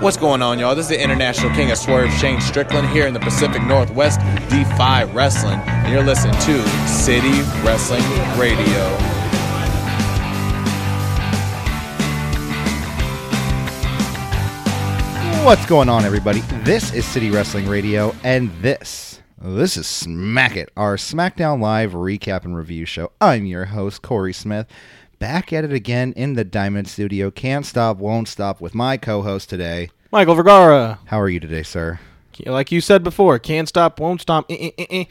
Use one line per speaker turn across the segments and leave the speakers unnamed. What's going on, y'all? This is the International King of Swerve, Shane Strickland, here in the Pacific Northwest, Defy Wrestling, and you're listening to City Wrestling Radio.
What's going on, everybody? This is City Wrestling Radio, and this, this is Smack It, our SmackDown Live recap and review show. I'm your host, Corey Smith, back at it again in the Diamond Studio. Can't stop, won't stop with my co host today.
Michael Vergara,
How are you today, sir?
like you said before, can't stop, won't stop, eh, eh, eh, eh,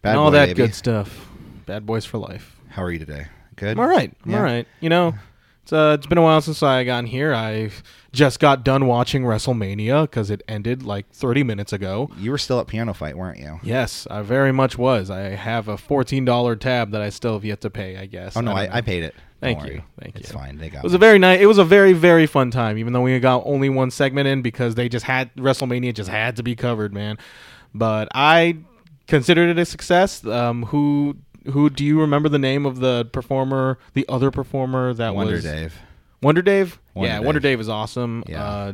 Bad
and all
boy,
that
baby.
good stuff. Bad boys for life.
How are you today? Good?
I'm all right. I'm
Yeah.
all right. You know, it's uh, it's been a while since I got here. I just got done watching WrestleMania because it ended like 30 minutes ago.
You were still at Piano Fight, weren't you?
Yes, I very much was. I have a $14 tab that I still have yet to pay. I guess.
Oh, no,
don't
I,
know.
I paid it. Don't
Thank you.
worry.
Thank
It's
you.
fine. They got
It was a very nice. It was a very very fun time, even though we got only one segment in because they just had WrestleMania just had to be covered, man. But I considered it a success. Um, who who do you remember the name of the performer, the other performer that
Wonder
was
Dave.
Wonder Dave?
Wonder
yeah,
Dave.
Wonder Dave is awesome.
Yeah.
Uh,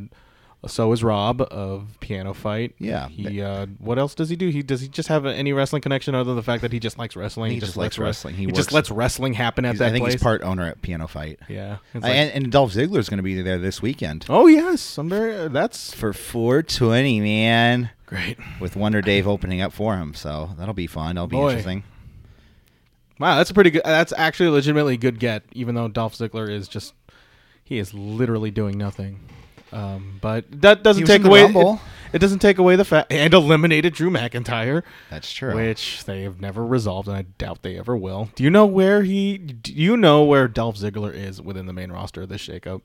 so is Rob of Piano Fight.
Yeah.
He uh, what else does he do? He does he just have any wrestling connection other than the fact that he just likes wrestling?
He just likes
lets wres-
wrestling. He
He, just
works-
lets wrestling happen at
He's-
that
I think
place.
he's part owner at Piano Fight.
yeah. It's
Uh,
like-
and, and Dolph Ziggler's going to be there this weekend.
Oh yes, I'm very.
uh,
That's
For 420, man.
great.
with Wonder Dave opening up for him. So that'll be fun. That'll be
Boy.
interesting.
Wow, that's a pretty good. That's actually a legitimately good get, even though Dolph Ziggler is just he is literally doing nothing. Um, but that doesn't
was
take
in the
away it,
Rumble.
it doesn't take away the fact and eliminated Drew McIntyre,
That's true.
which they have never resolved, and I doubt they ever will. Do you know where he? Do you know where Dolph Ziggler is within the main roster of this shakeup?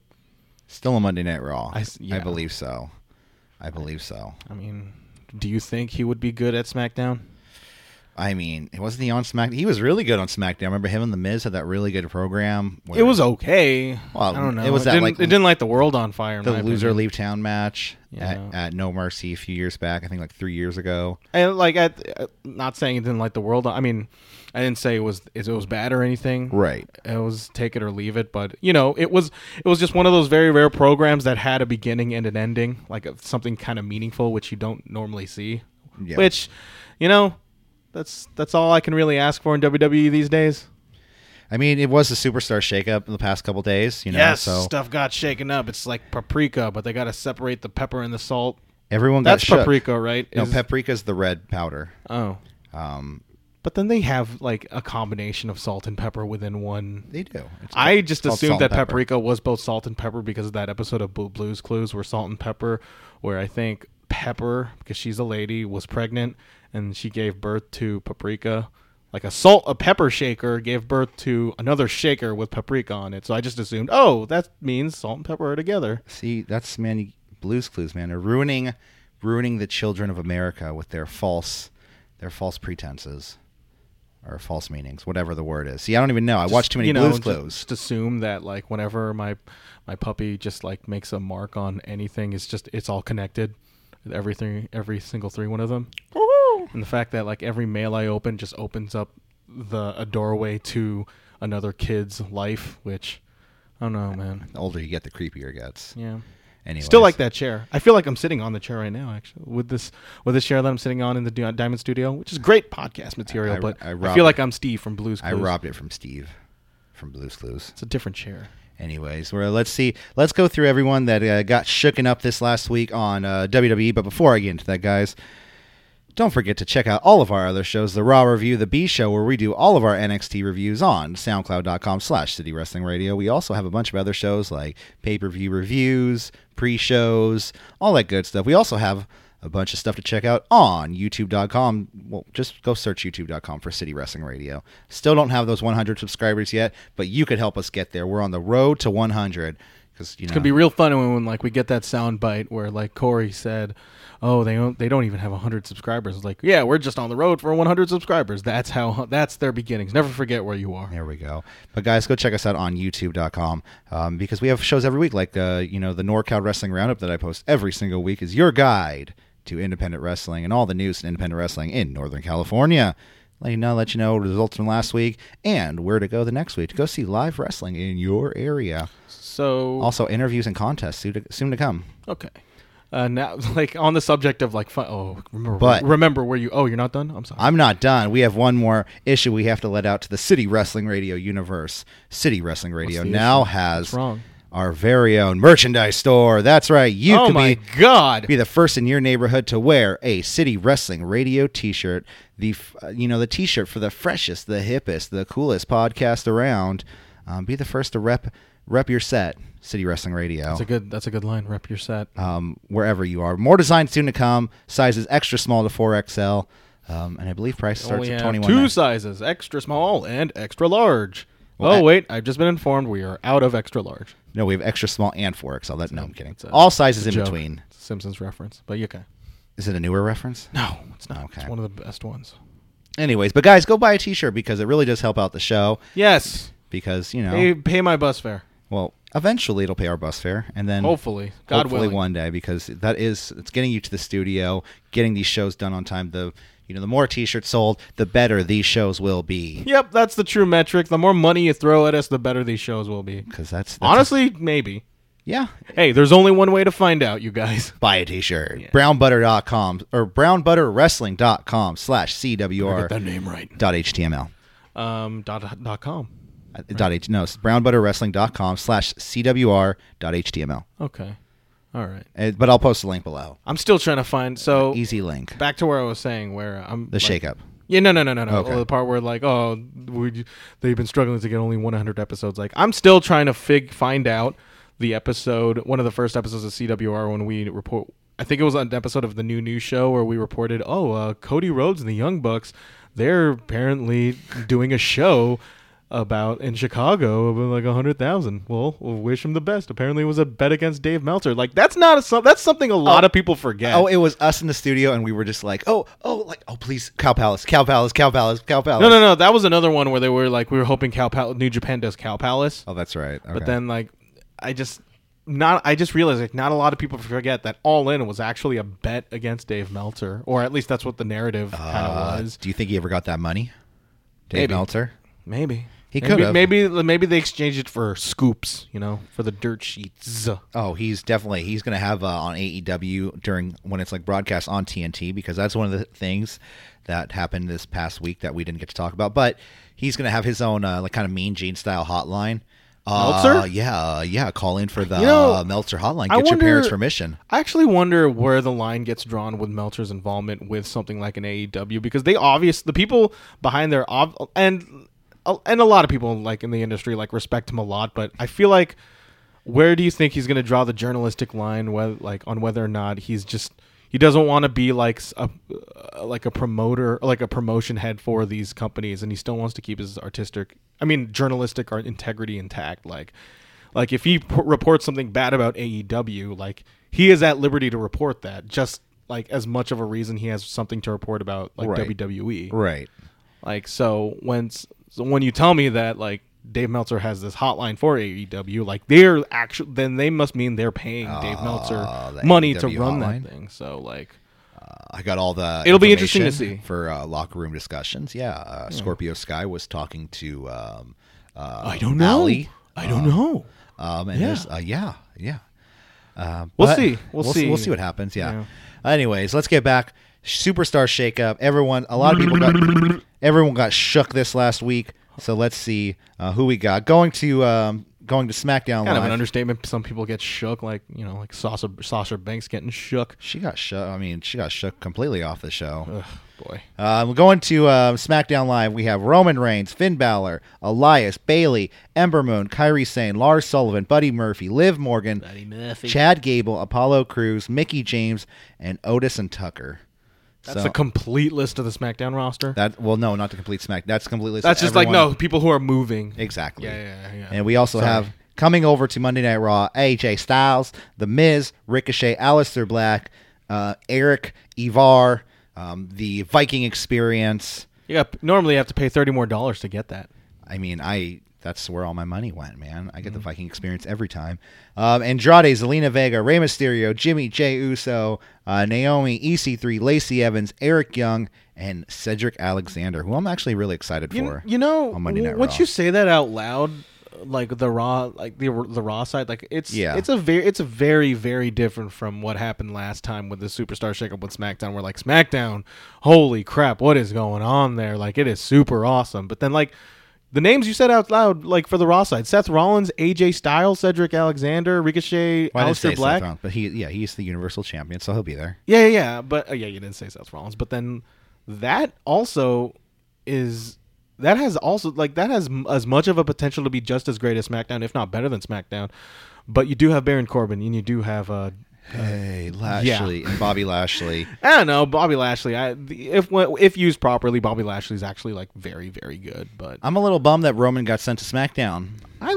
Still a Monday Night Raw.
I s- yeah.
believe so. I believe so.
I mean, do you think he would be good at SmackDown?
I mean, wasn't he on SmackDown? He was really good on SmackDown. Remember him and The Miz had that really good program. where
It was okay.
Well,
I don't know.
it was that,
didn't,
like,
it didn't light the world on fire. in
the
my
loser
opinion.
leave town match
Yeah.
at, at No Mercy a few years back. I think like three years ago.
and like I, I- not saying it didn't light the world. I mean, I didn't say it was it was bad or anything.
Right.
It was take it or leave it, but you know, it was it was just one of those very rare programs that had a beginning and an ending, like of something kind of meaningful, which you don't normally see.
Yeah.
Which, you know, that's that's all I can really ask for in WWE these days.
I mean, it was a superstar shakeup in the past couple days. You know, so
stuff got shaken up. It's like paprika, but they got to separate the pepper and the salt.
everyone got
That's
shook.
paprika, right?
No,
Is-
paprika's the red powder.
Oh.
Um,
But then they have like a combination of salt and pepper within one
they do. It's
I just
called
assumed
salt and
that
pepper.
paprika was both salt and pepper because of that episode of Blue Blues Clues where salt and pepper, where I think Pepper, because she's a lady, was pregnant and she gave birth to paprika. Like a salt, a pepper shaker gave birth to another shaker with paprika on it. So I just assumed, oh, that means salt and pepper are together.
See, that's man you- blues clues, man. They're ruining ruining the children of America with their false their false pretenses or false meanings, whatever the word is. See, I don't even know. I watch too many
you know,
blues
ju-
clues.
Just assume that like whenever my my puppy just like makes a mark on anything, it's just it's all connected. Everything, every single three one of them. And the fact that like every mail I open just opens up the a doorway to another kid's life, which I don't know, man.
The older you get, the creepier it gets.
Yeah.
Anyway,
Still like that chair. I feel like I'm sitting on the chair right now, actually, with this with this chair that I'm sitting on in the Di- Diamond Studio, which is great podcast material.
I-
but
I
I,
robbed
feel
it.
like I'm Steve from Blues
I
Clues.
robbed it from Steve from Blues Clues.
It's a different chair.
Anyways, well, let's see. Let's go through everyone that uh, got shooken up this last week on uh, WWE. But before I get into that, guys, Don't forget to check out all of our other shows, The Raw Review, The B Show, where we do all of our NXT reviews on SoundCloud.com slash City Wrestling Radio. We also have a bunch of other shows like pay-per-view reviews, pre-shows, all that good stuff. We also have a bunch of stuff to check out on YouTube.com. Well, just go search YouTube.com for City Wrestling Radio. Still don't have those 100 subscribers yet, but you could help us get there. We're on the road to 100 because, you know,
It's gonna be real fun when, when like we get that sound bite where like Corey said, "Oh, they don't they don't even have 100 subscribers." It's like, yeah, we're just on the road for 100 subscribers. That's how that's their beginnings. Never forget where you are.
There we go. But guys, go check us out on YouTube.com um, because we have shows every week, like uh, you know the NorCal Wrestling Roundup that I post every single week is your guide to independent wrestling and all the news in independent wrestling in Northern California. Let you know, let you know results from last week and where to go the next week to go see live wrestling in your area.
So
Also, interviews and contests soon to, soon to come.
okay, Uh, now, like on the subject of like, fun, oh, remember,
But-
remember where you? Oh, you're not done. I'm sorry.
I'm not done. We have one more issue we have to let out to the City Wrestling Radio universe. City Wrestling Radio
the
now
issue?
has
What's wrong?
our very own merchandise store. That's right. You
oh
could
my
be
god!
be the first in your neighborhood to wear a City Wrestling Radio T-shirt. The f- uh, you know the T-shirt for the freshest, the hippest, the coolest podcast around. Um, be the first to rep rep your set, City Wrestling Radio.
That's a good. That's a good line. Rep your set.
Um, wherever you are, more designs soon to come. Sizes extra small to four XL, um, and I believe price starts
Only
at
have
twenty
Oh, two
one.
sizes: extra small and extra large.
Well,
oh
I-
wait, I've just been informed we are out of extra large.
No, we have extra small and four XL. That no, I'm kidding.
it's a-
All sizes in
Joke.
between.
It's a Simpsons reference, but you okay?
Is it a newer reference?
No, it's not.
Okay.
It's one of the best ones.
Anyways, but guys, go buy a T-shirt because it really does help out the show.
Yes.
Because you know,
Pay, pay my bus fare.
well, eventually it'll pay our bus fare, and then
Hopefully, God
hopefully
willing.
one day because that is it's getting you to the studio, getting these shows done on time. The you know the more T-shirts sold, the better these shows will be.
Yep, that's the true metric. The more money you throw at us, the better these shows will be.
Because that's, that's
Honestly, maybe.
yeah.
Hey, there's only one way to find out, you guys.
Buy a t-shirt. Brownbutter.com or brownbutterwrestling.com slash CWR
that name right.
dot HTML.
Um, dot, dot com.
Uh, Dot H, no, it's brownbutterwrestling.com slash CWR dot HTML.
Okay. All right.
Uh, But I'll post the link below.
I'm still trying to find. So
Easy link.
back to where I was saying, where I'm
The
like,
shakeup.
Yeah, no, no, no, no, no.
Okay.
Oh, the part where like, oh, we, they've been struggling to get only 100 episodes. Like, I'm still trying to fig find out the episode, one of the first episodes of CWR when we report. I think it was an episode of the new news show where we reported, oh, uh, Cody Rhodes and the Young Bucks, they're apparently doing a show about in Chicago about like a hundred thousand. Well, we'll wish him the best. Apparently, it was a bet against Dave Meltzer. Like, that's not a so- that's something a lot
Oh.
of people forget.
Oh, it was us in the studio, and we were just like, oh, oh, like, oh, please, Cow Palace, Cow Palace, Cow Palace, Cow Palace.
No, no, no. That was another one where they were like, we were hoping Cow Pal- New Japan does Cow Palace,
Oh, that's right.
but then like, I just not. I just realized like not a lot of people forget that All In was actually a bet against Dave Meltzer, or at least that's what the narrative kind
Uh,
of was.
do you think he ever got that money, Dave
Maybe.
Meltzer?
Maybe
He
Maybe-
could've.
Maybe maybe they exchanged it for scoops, you know, for the dirt sheets.
Oh, he's definitely he's going to have uh, on AEW during when it's like broadcast on TNT because that's one of the things that happened this past week that we didn't get to talk about. But he's going to have his own uh, like kind of Mean Gene style hotline. Uh,
Meltzer?
yeah, uh, yeah. Call in for the
You know,
uh, Meltzer hotline.
I
Get your
wonder-
parents' permission.
I actually wonder where the line gets drawn with Melcher's involvement with something like an AEW because they obvious the people behind their ob- and and a lot of people like in the industry like respect him a lot, but I feel like where do you think he's going to draw the journalistic line whether like on whether or not he's just he doesn't want to be like s- a uh, like a promoter like a promotion head for these companies and he still wants to keep his artistic I mean journalistic art integrity intact like like if he p- reports something bad about AEW like he is at liberty to report that just like as much of a reason he has something to report about like E.
Right.
WWE
Right.
like so when s- so when you tell me that like Dave Meltzer has this hotline for AEW, like they're actually then they must mean they're paying Dave Meltzer
Ah, the
money to
AEW
run
hotline?
that thing. So like
I got all the.
It'll be interesting to
information
see.
for uh, locker room discussions. Yeah, uh, Scorpio Sky was talking to. Um, uh,
I don't know.
Ally,
I don't know.
um, and
Yeah.
there's, uh, yeah, yeah. Um,
We'll
but
see. We'll see.
We'll see what happens. Yeah. Anyways, let's get back. Superstar shakeup. Everyone, a lot of people got. Everyone got shook this last week. So let's see uh, who we got going to um, going to SmackDown.
Kind of
Live.
an understatement. Some people get shook, like you know, like Sasha Sasha Banks getting shook.
she got shook. I mean, she got shook completely off the show.
Ugh, boy.
Um, going to uh, SmackDown Live, we have Roman Reigns, Finn Balor, Elias, Bailey, Ember Moon, Kyrie Sane, Lars Sullivan, Buddy Murphy, Liv Morgan, Chad Gable, Apollo Crews, Mickey James, and Otis and Tucker.
That's
so
a complete list of the SmackDown roster.
that well, no, not to complete Smack. That's completely.
That's just like no people who are moving.
exactly.
Yeah, yeah, yeah.
And we also
Sorry.
have coming over to Monday Night Raw, AJ Styles, The Miz, Ricochet, Aleister Black, uh, Eric Ivar, um, the Viking Experience.
You got normally you have to pay thirty more dollars to get that.
I mean, I that's where all my money went, man. I get
Mm-hmm.
the Viking experience every time. Um, Andrade, Zelina Vega, Rey Mysterio, Jimmy Jay Uso, uh, Naomi, EC3, Lacey Evans, Eric Young, and Cedric Alexander, who I'm actually really excited
You,
for.
you know,
on Monday Night
once
Raw.
you say that out loud, like the raw like the the raw side like it's
Yeah.
it's a very it's a very very different from what happened last time with the superstar shakeup with smackdown where like smackdown holy crap what is going on there like it is super awesome but then like the names you said out loud like for the raw side seth rollins aj styles cedric alexander ricochet
Well, I didn't
Aleister
say
black
Seth Rollins, but he yeah he's the Universal Champion, so he'll be there.
yeah, yeah, yeah. But oh, yeah, you didn't say Seth Rollins. But then that also is that has also like that has m- as much of a potential to be just as great as SmackDown, if not better than SmackDown. But you do have Baron Corbin, and you do have uh,
Hey, Lashley and Bobby Lashley.
I don't know Bobby Lashley. I the- if if used properly, Bobby Lashley's actually like very very good. But
I'm a little bummed that Roman got sent to SmackDown.
I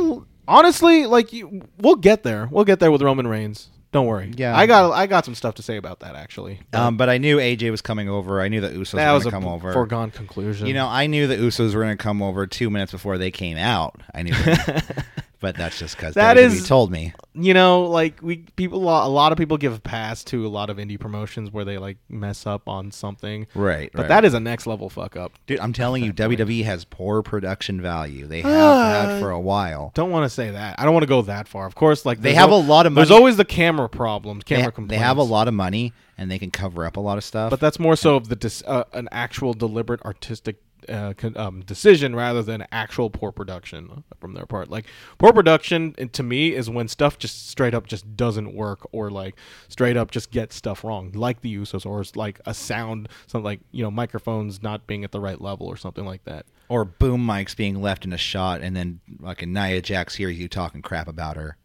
honestly like you. We'll get there. We'll get there with Roman Reigns. Don't worry.
Yeah.
I got I got some stuff to say about that actually.
Um, but I knew AJ was coming over. I knew the Usos
that
were going
was
to
a
come over.
foregone conclusion.
You know, I knew the Usos were going to come over two minutes before they came out. I knew, that. but that's just because
That
that
is-
is E told me.
you know, like we people a lot of people give a pass to a lot of indie promotions where they like mess up on something.
Right,
But
right.
that is a next level fuck up.
Dude, I'm telling you, WWE has poor production value. They have
Ah.
had for a while.
Don't want to say that. I don't want to go that far. Of course, like
They
there's
have
al-
a lot of
There's
money.
always the camera problems,
They,
camera complaints.
they have a lot of money and they can cover up a lot of stuff.
but that's more so of the dis- uh, an actual deliberate artistic uh, con- um, decision rather than actual poor production from their part. Like poor production uh, to me is when stuff just straight up just doesn't work or like straight up just gets stuff wrong, like the Usos or it's like a sound, something like you know microphones not being at the right level or something like that.
or boom mics being left in a shot, and then fucking Nia Jax hears you talking crap about her.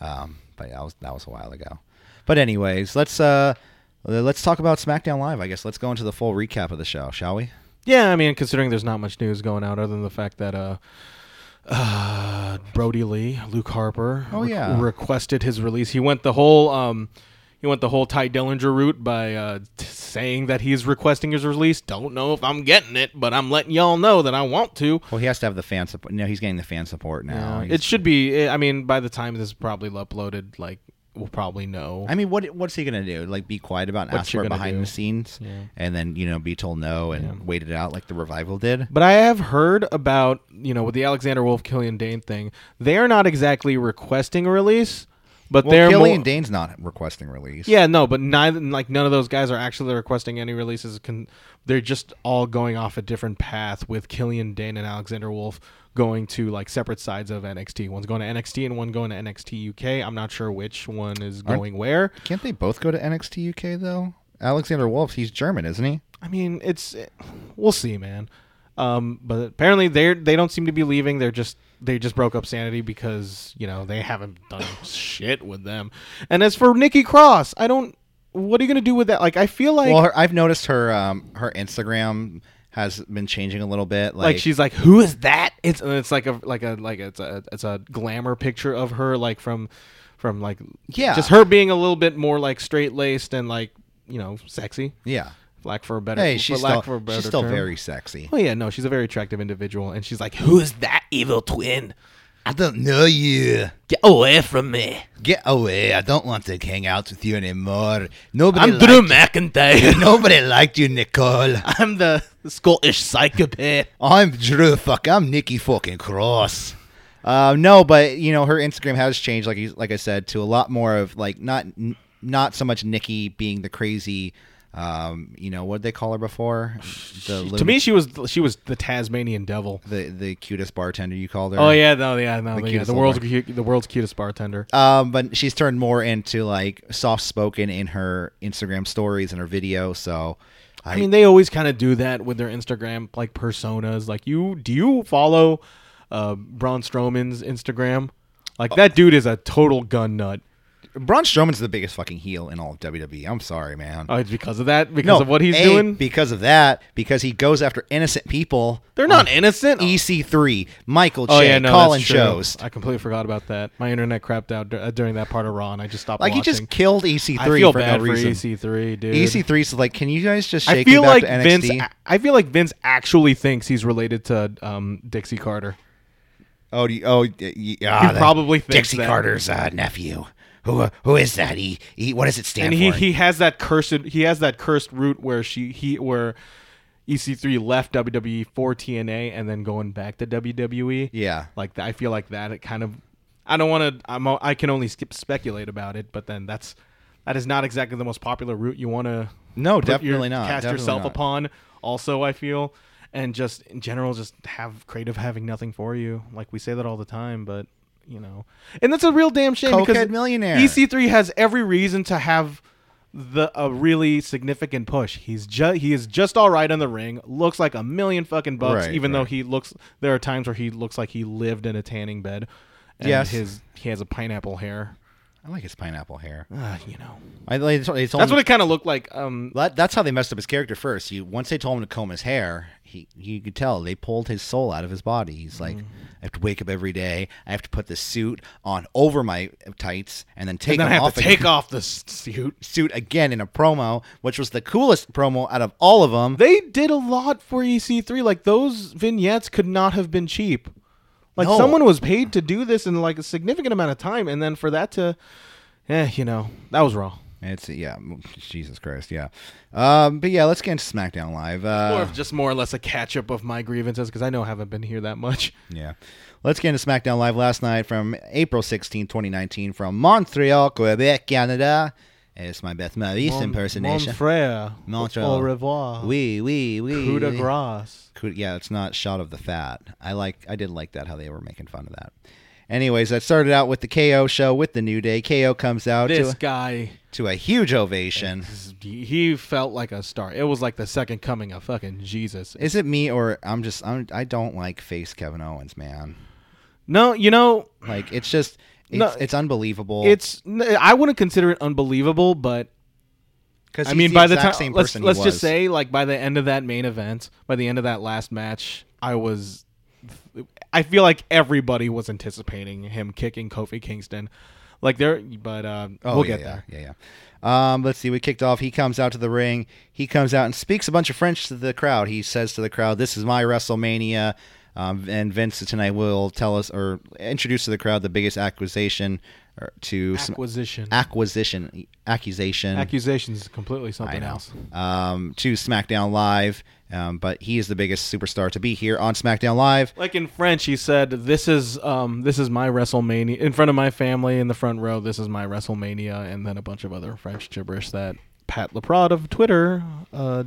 Um, but that was that was a while ago. But anyways, let's uh, let's talk about SmackDown Live. I guess let's go into the full recap of the show, shall we?
Yeah, I mean, considering there's not much news going out other than the fact that uh, uh, Brody Lee, Luke Harper,
Oh,
re-
yeah.
requested his release. He went the whole um, he went the whole Ty Dillinger route by uh, t- saying that he's requesting his release. Don't know if I'm getting it, but I'm letting y'all know that I want to.
Well, he has to have the fan support. No, he's getting the fan support now. He's-
it should be. eh, I mean, by the time this is probably uploaded, like we'll probably know.
I mean, what what's he gonna do? Like, be quiet about it and
What's
ask
you
for it
gonna
behind
do?
the scenes, and then you know be told no and wait it out like the revival did.
But I have heard about, you know, with the Alexander Wolf Killian Dane thing, they are not exactly requesting a release, but
Well,
they're
Killian
more,
Dane's not requesting release.
Yeah, no, but neither like none of those guys are actually requesting any releases. Can they're just all going off a different path with Killian Dane and Alexander Wolf going to like separate sides of NXT. One's going to NXT and one going to NXT UK. I'm not sure which one is going where.
Can't they both go to NXT UK though? Alexander Wolf, he's German, isn't he?
I mean, it's we'll see, man. Um, but apparently they they don't seem to be leaving. They're just they just broke up Sanity because you know they haven't done shit with them. And as for Nikki Cross, I don't. What are you gonna do with that? Like, I feel like
Well, her, I've noticed her um, her Instagram has been changing a little bit. Like,
like she's like, who is that? It's and it's like a like a like it's a it's a glamour picture of her like from from like
Yeah.
just her being a little bit more like straight laced and like you know sexy.
yeah.
Lack for a better
Hey,
for
she's
lack
still,
for a better
she's still
term.
very sexy.
Oh yeah, no, she's a very attractive individual, and she's like, "Who's that evil twin?
I don't know you.
Get away from me!
Get away. I don't want to hang out with you anymore. Nobody
I'm Drew McIntyre.
Nobody liked you, Nicole.
I'm the Scottish psychopath."
I'm Drew. Fuck, I'm Nikki fucking Cross. Uh, no, but you know her Instagram has changed, like he's- like I said, to a lot more of like not n- not so much Nikki being the crazy, um, you know what they call her before. The
to
lun-
me, she was she was the Tasmanian devil.
the the cutest bartender you called her.
Oh yeah, no, yeah, no, yeah,
cutest
the
little
world's
bar-
cu- the world's cutest bartender.
Um, but she's turned more into like soft spoken in her Instagram stories and her video. So, I,
I mean, they always kind of do that with their Instagram like personas. Like, you do you follow uh, Braun Strowman's Instagram? Like that dude is a total gun nut.
Braun Strowman's the biggest fucking heel in all of WWE. I'm sorry, man.
Oh, it's because of that, because of what he's
A,
doing.
Because of that, because he goes after innocent people.
They're not innocent.
EC3, Michael Che,
Oh yeah, no,
Colin
that's true.
Jost.
I completely forgot about that. My internet crapped out dur- uh, during that part of Raw, and I just stopped.
Like he
watching.
just killed EC3
I feel
for
bad
no reason. E
for E EC3, dude.
EC3's like, can you guys just
I
shake
feel
him back
like
to NXT?
Vince. I- I feel like Vince actually thinks he's related to um, Dixie Carter.
oh, do you, oh, y- y- ah, that-
probably thinks
Dixie
that.
Carter's uh, nephew. Who uh, who is that? He, he what does it stand
and he
for?
he has that cursed he has that cursed root where she he where EC3 left WWE for TNA and then going back to WWE.
Yeah.
Like th- I feel like that it kind of I don't want to I'm o- I can only skip speculate about it, but then that's that is not exactly the most popular route you want to
No,
put your-
definitely not.
Cast
Definitely
yourself
not.
upon also I feel and just in general just have creative having nothing for you. Like we say that all the time, but you know. And that's a real damn shame because E
Cokehead millionaire.
EC3 has every reason to have the a really significant push. He's just he is just all right in the ring. Looks like a million fucking bucks,
Right,
even though
right.
he looks. There are times where he looks like he lived in a tanning bed. And
Yes.
his he has a pineapple hair.
I like his pineapple hair.
Ah, you know,
I, like, it's, it's
that's
only-
what it kind of looked like. Um,
That, that's how they messed up his character first. You once they told him to comb his hair, he you could tell they pulled his soul out of his body. He's like,
Mm.
I have to wake up every day. I have to put this suit on over my tights and then take
then I
them
have
off
to
again-
take off the s- suit.
suit again in a promo, which was the coolest promo out of all of them.
They did a lot for EC3. Like those vignettes could not have been cheap. Like
No.
someone was paid to do this in like a significant amount of time, and then for that to, eh, you know, that was raw.
It's yeah, m- Jesus Christ, yeah. Um, but yeah, let's get into SmackDown Live.
Or
Uh,
if just more or less a catch up of my grievances because I know I haven't been here that much.
yeah, let's get into SmackDown Live last night from April 16, 2019, from Montreal, Quebec, Canada. It's my Beth Maurice impersonation.
Monfrere.
Montreal.
Au revoir.
Oui, oui, oui.
Coup de
oui.
grace.
Coup- yeah, it's not shot of the fat. I like. I did like that how they were making fun of that. Anyways, that started out with the KO show with the New Day. KO comes out to
This
a,
guy,
to a huge ovation.
he he felt like a star. It was like the second coming of fucking Jesus.
Is it me or I'm just I'm I don't like face Kevin Owens, man.
No, you know,
Like it's just it's,
No,
it's unbelievable.
it's I wouldn't consider it unbelievable, but
because
I mean, by the time
same
let's,
person he
let's just
was.
say, like by the end of that main event, by the end of that last match, I was, I feel like everybody was anticipating him kicking Kofi Kingston, like there. But uh,
Oh,
we'll
yeah,
get
yeah,
there.
Yeah, yeah. Um, let's see. We kicked off. He comes out to the ring. He comes out and speaks a bunch of French to the crowd. He says to the crowd, "This is my WrestleMania." Um, and Vince tonight will tell us or introduce to the crowd the biggest accusation or to some
Acquisition,
acquisition accusation
accusations is completely something
I know.
else.
um, to SmackDown Live. Um, but he is the biggest superstar to be here on SmackDown Live.
Like in French, he said, "This is um, this is my WrestleMania in front of my family in the front row. This is my WrestleMania," and then a bunch of other French gibberish that Pat Laprade of Twitter uh,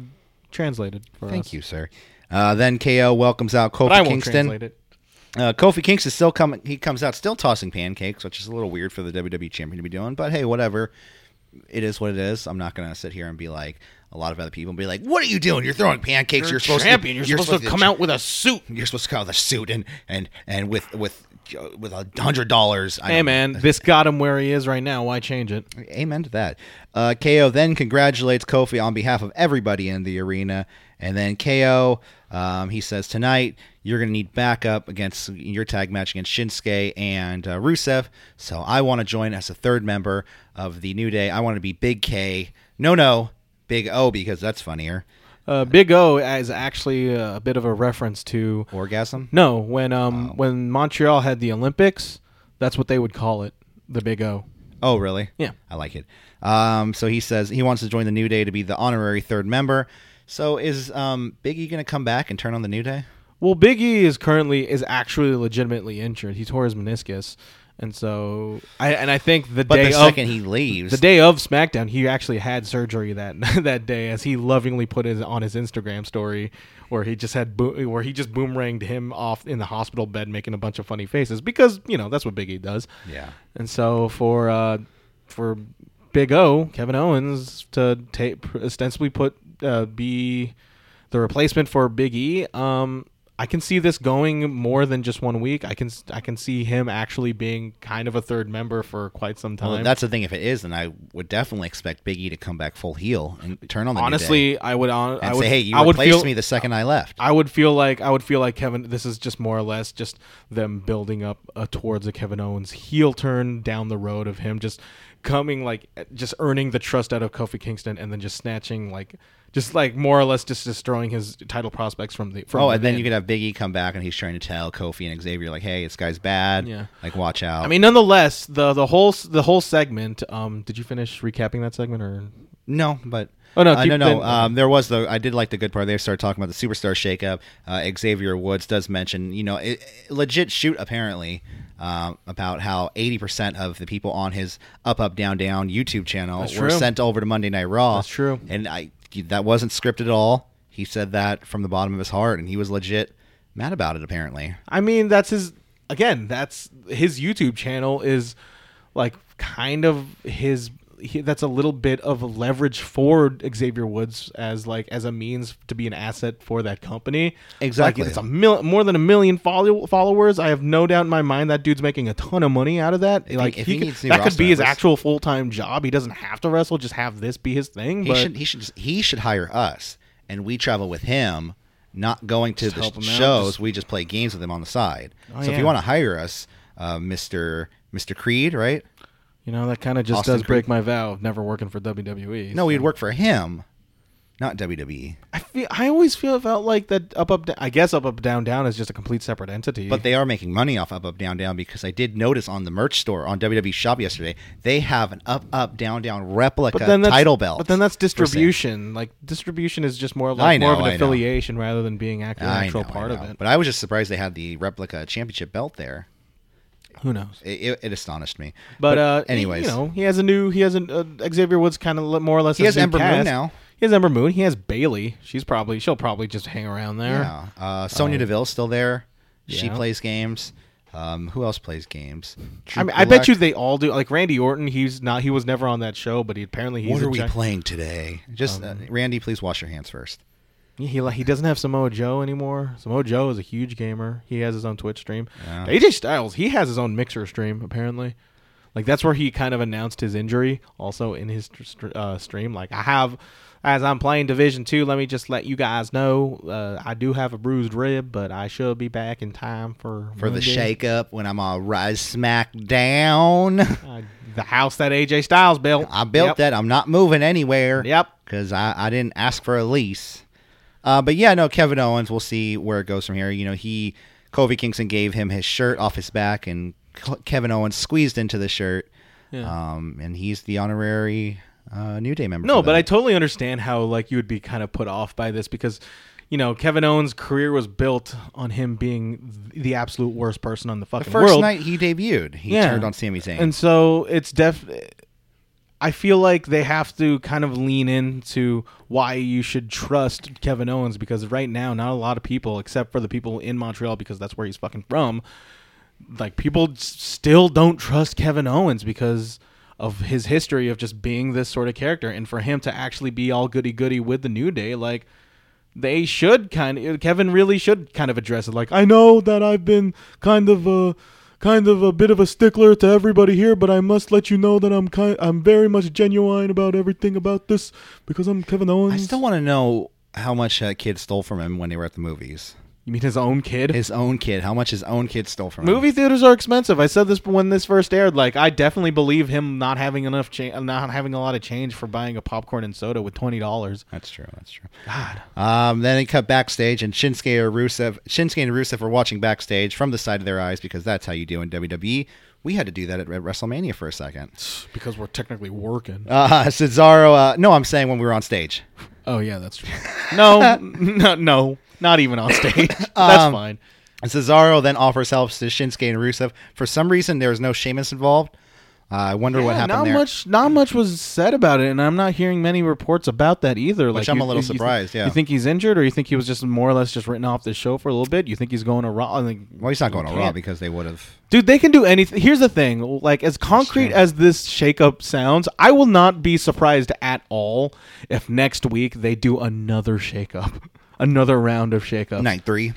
translated for us.
Thank you, sir. Uh, then KO welcomes out Kofi
But I won't
Kingston.
translate it.
Uh, Kofi Kingston still coming. He comes out still tossing pancakes, which is a little weird for the WWE champion to be doing. But hey, whatever. It is what it is. I'm not gonna sit here and be like a lot of other people and be like, "What are you doing? You're throwing pancakes. You're, supposed
champion.
to.
You're, supposed, to come out with a suit.
You're supposed to come out with a suit and and and with with uh, with a hundred dollars.
Hey man, this got him where he is right now. Why change it?
Amen to that. Uh, KO then congratulates Kofi on behalf of everybody in the arena. And then KO, um, he says, Tonight, you're going to need backup against your tag match against Shinsuke and uh, Rusev. So I want to join as a third member of the New Day. I want to be Big K. No, no, Big O, because that's funnier.
Uh, Big O is actually uh, a bit of a reference to
Orgasm?
no when um when Montreal had the Olympics, that's what they would call it, the Big O.
Oh, really?
Yeah.
I like it. Um, so he says he wants to join the New Day to be the honorary third member. So is um, Biggie going to come back and turn on the New Day?
Well, Big E is currently is actually legitimately injured. He tore his meniscus, and so I and I think the
But
day
the
of
second he leaves,
the day of SmackDown, he actually had surgery that that day, as he lovingly put it on his Instagram story, where he just had bo- where he just boomeranged him off in the hospital bed, making a bunch of funny faces because you know that's what Big E does.
Yeah.
And so for uh, for Big O, Kevin Owens to tape ostensibly put uh, be the replacement for Big E. Um, I can see this going more than just one week. I can s- I can see him actually being kind of a third member for quite some time.
Well, that's the thing. If it is, then I would definitely expect Biggie to come back full heel and turn on the New Day
honestly, I would on,
and
I would
say, "Hey, you
I would
replaced
feel,
me the second I left."
I would feel like I would feel like Kevin. This is just more or less just them building up uh, towards a Kevin Owens heel turn down the road uh, of him just coming like just earning the trust out of Kofi Kingston and then just snatching like just like more or less just destroying his title prospects from the. From
Oh, and then
within.
you could have Biggie come back and he's trying to tell Kofi and Xavier like, "Hey, this guy's bad.
Yeah.
Like, watch out."
I mean, nonetheless, the the whole s- the whole segment. Um, did you finish recapping that segment or?
no, but
Oh, no,
uh,
keep-
no,
then-
no. Um, there was though. I did like the good part. They started talking about the superstar shakeup. Uh, Xavier Woods does mention, you know, it, it- legit shoot apparently um, about how eighty percent of the people on his up up down down YouTube channel
That's
were
true.
sent over to Monday Night Raw.
That's true.
And I that wasn't scripted at all. He said that from the bottom of his heart, and he was legit mad about it. Apparently,
I mean, that's his. Again, that's his YouTube channel is like kind of his. He, that's a little bit of leverage for Xavier Woods as like as a means to be an asset for that company.
Exactly.
like, it's a mil- more than a million follow- followers. I have no doubt in my mind that dude's making a ton of money out of that. like
if
he,
he
could-
needs new
that could
roster
be his
members.
actual full time job. He doesn't have to wrestle; just have this be his thing.
He
but
should he should just, he should hire us, and we travel with him, not going to
help
the
him out,
shows.
just-
We just play games with him on the side.
Oh,
so if
yeah.
you want to hire us, uh, Mister Mister Creed, right?
you know that kind of just
Austin
does break my vow of never working for E, WWE.
No,
so.
we'd work for him, not E. WWE.
I feel I always feel felt like that up up down, I guess up up down down is just a complete separate entity.
But they are making money off up up down down because I did notice on the merch store on WWE shop yesterday they have an up up down down replica
that's,
title belt.
But then that's
for sale.
distribution. Like distribution is just more
I
like more
know,
of
I
an
know.
affiliation rather than being act- an
I
actual
know, I
part of
know.
it.
But I was just surprised they had the replica championship belt there.
Who knows?
It, it, it astonished me.
But, uh, he-
anyways,
you know, he has a new he has an uh, Xavier Woods kind of more or less.
He
his
has
new
Ember Moon
cast.
now.
He has Ember Moon. He has Bailey. She's probably she'll probably just hang around there.
Yeah. Uh, Sonya Deville's still there. She
Oh. Yeah.
plays games. Um, who else plays games?
I
Drew
mean, I bet
Gulak.
you they all do. Like Randy Orton, he's not. He was never on that show, but he apparently he's
What
a
are we
giant-
playing today? Just
Um,
uh, Randy, please wash your hands first.
He li- he doesn't have Samoa Joe anymore. Samoa Joe is a huge gamer. He has his own Twitch stream. AJ Styles he has his own mixer stream apparently. Like that's where he kind of announced his injury also in his tr- str- uh, stream. Like I have as I'm playing Division Two. Let me just let you guys know uh, I do have a bruised rib, but I should be back in time for
For the
Monday.
shake up when I'm all rise smack down.
Uh, the house that AJ Styles built.
I built
Yep.
that. I'm not moving anywhere.
Yep.
Because I, I didn't ask for a lease. Uh, but yeah, no, Kevin Owens, we'll see where it goes from here. You know, he, Kobe Kingston gave him his shirt off his back, and Ke- Kevin Owens squeezed into the shirt.
Yeah.
Um, and he's the honorary uh, New Day member.
No,
for
but
that.
I totally understand how like you would be kind of put off by this because you know Kevin Owens' career was built on him being th- the absolute worst person on the fucking
First
world.
night he debuted, he turned on Sami Zayn.
and so it's def. I feel like they have to kind of lean into why you should trust Kevin Owens because right now not a lot of people, except for the people in Montreal because that's where he's fucking from, like people s- still don't trust Kevin Owens because of his history of just being this sort of character, and for him to actually be all goody goody with the New Day, like they should kind of Kevin really should kind of address it. Like I know that I've been kind of a kind of a bit of a stickler to everybody here, but I must let you know that I'm kind I'm very much genuine about everything about this because I'm Kevin Owens.
I still want to know how much that kid stole from him when they were at the movies.
you mean his own kid?
His own kid, how much his own kid stole from him.
Movie theaters are expensive. I said this when this first aired. Like, I definitely believe him not having enough, cha- not having a lot of change for buying a popcorn and soda with twenty dollars.
That's true. That's true.
God,
Um, then they cut backstage, and Shinsuke or Rusev, Shinsuke and Rusev were watching backstage from the side of their eyes because that's how you do in WWE. We had to do that at WrestleMania for a second.
because we're technically working.
Uh, Cesaro, uh, no, I'm saying when we were on stage.
oh yeah, that's true. no, no, no, not even on stage. That's fine.
And Cesaro then offers help to Shinsuke and Rusev. For some reason, there was no Sheamus involved. Uh, I wonder what
Yeah,
happened
not
there.
much. Not much was said about it, and I'm not hearing many reports about that either.
Which
like,
I'm
you-
a little
you thi-
surprised, yeah.
you think he's injured, or you think he was just more or less just written off the show for a little bit? You think he's going to Raw? I think-
well, he's not going to Raw
can't.
because they would have.
Dude, they can do anything. Here's the thing: like as concrete as this shakeup sounds, I will not be surprised at all if next week they do another shakeup, another round of shakeup.
Night three.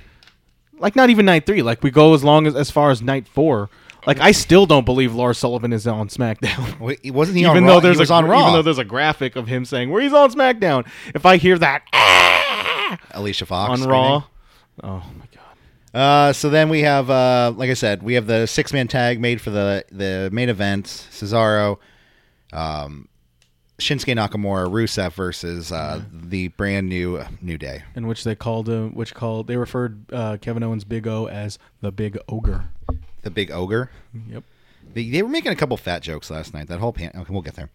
Like not even night three. Like we go as long as as far as night four. Like I still don't believe Lars Sullivan is on SmackDown.
Wait, Wasn't he
even
on
though
Raw?
there's
he was
a,
on Raw.
even though there's a graphic of him saying where he's on SmackDown. If I hear that "Ah!"
Alicia Fox.
on
I
Raw,
think.
oh my god.
Uh, so then we have, uh, like I said, we have the six man tag made for the the main event. Cesaro, um, Shinsuke Nakamura Rusev versus uh,
Mm-hmm.
the brand new uh, New Day.
in which they called him, which called they referred uh, Kevin Owens Big O as the Big Ogre.
The big ogre.
Yep.
They, they were making a couple fat jokes last night. That whole pan. Okay, we'll get there.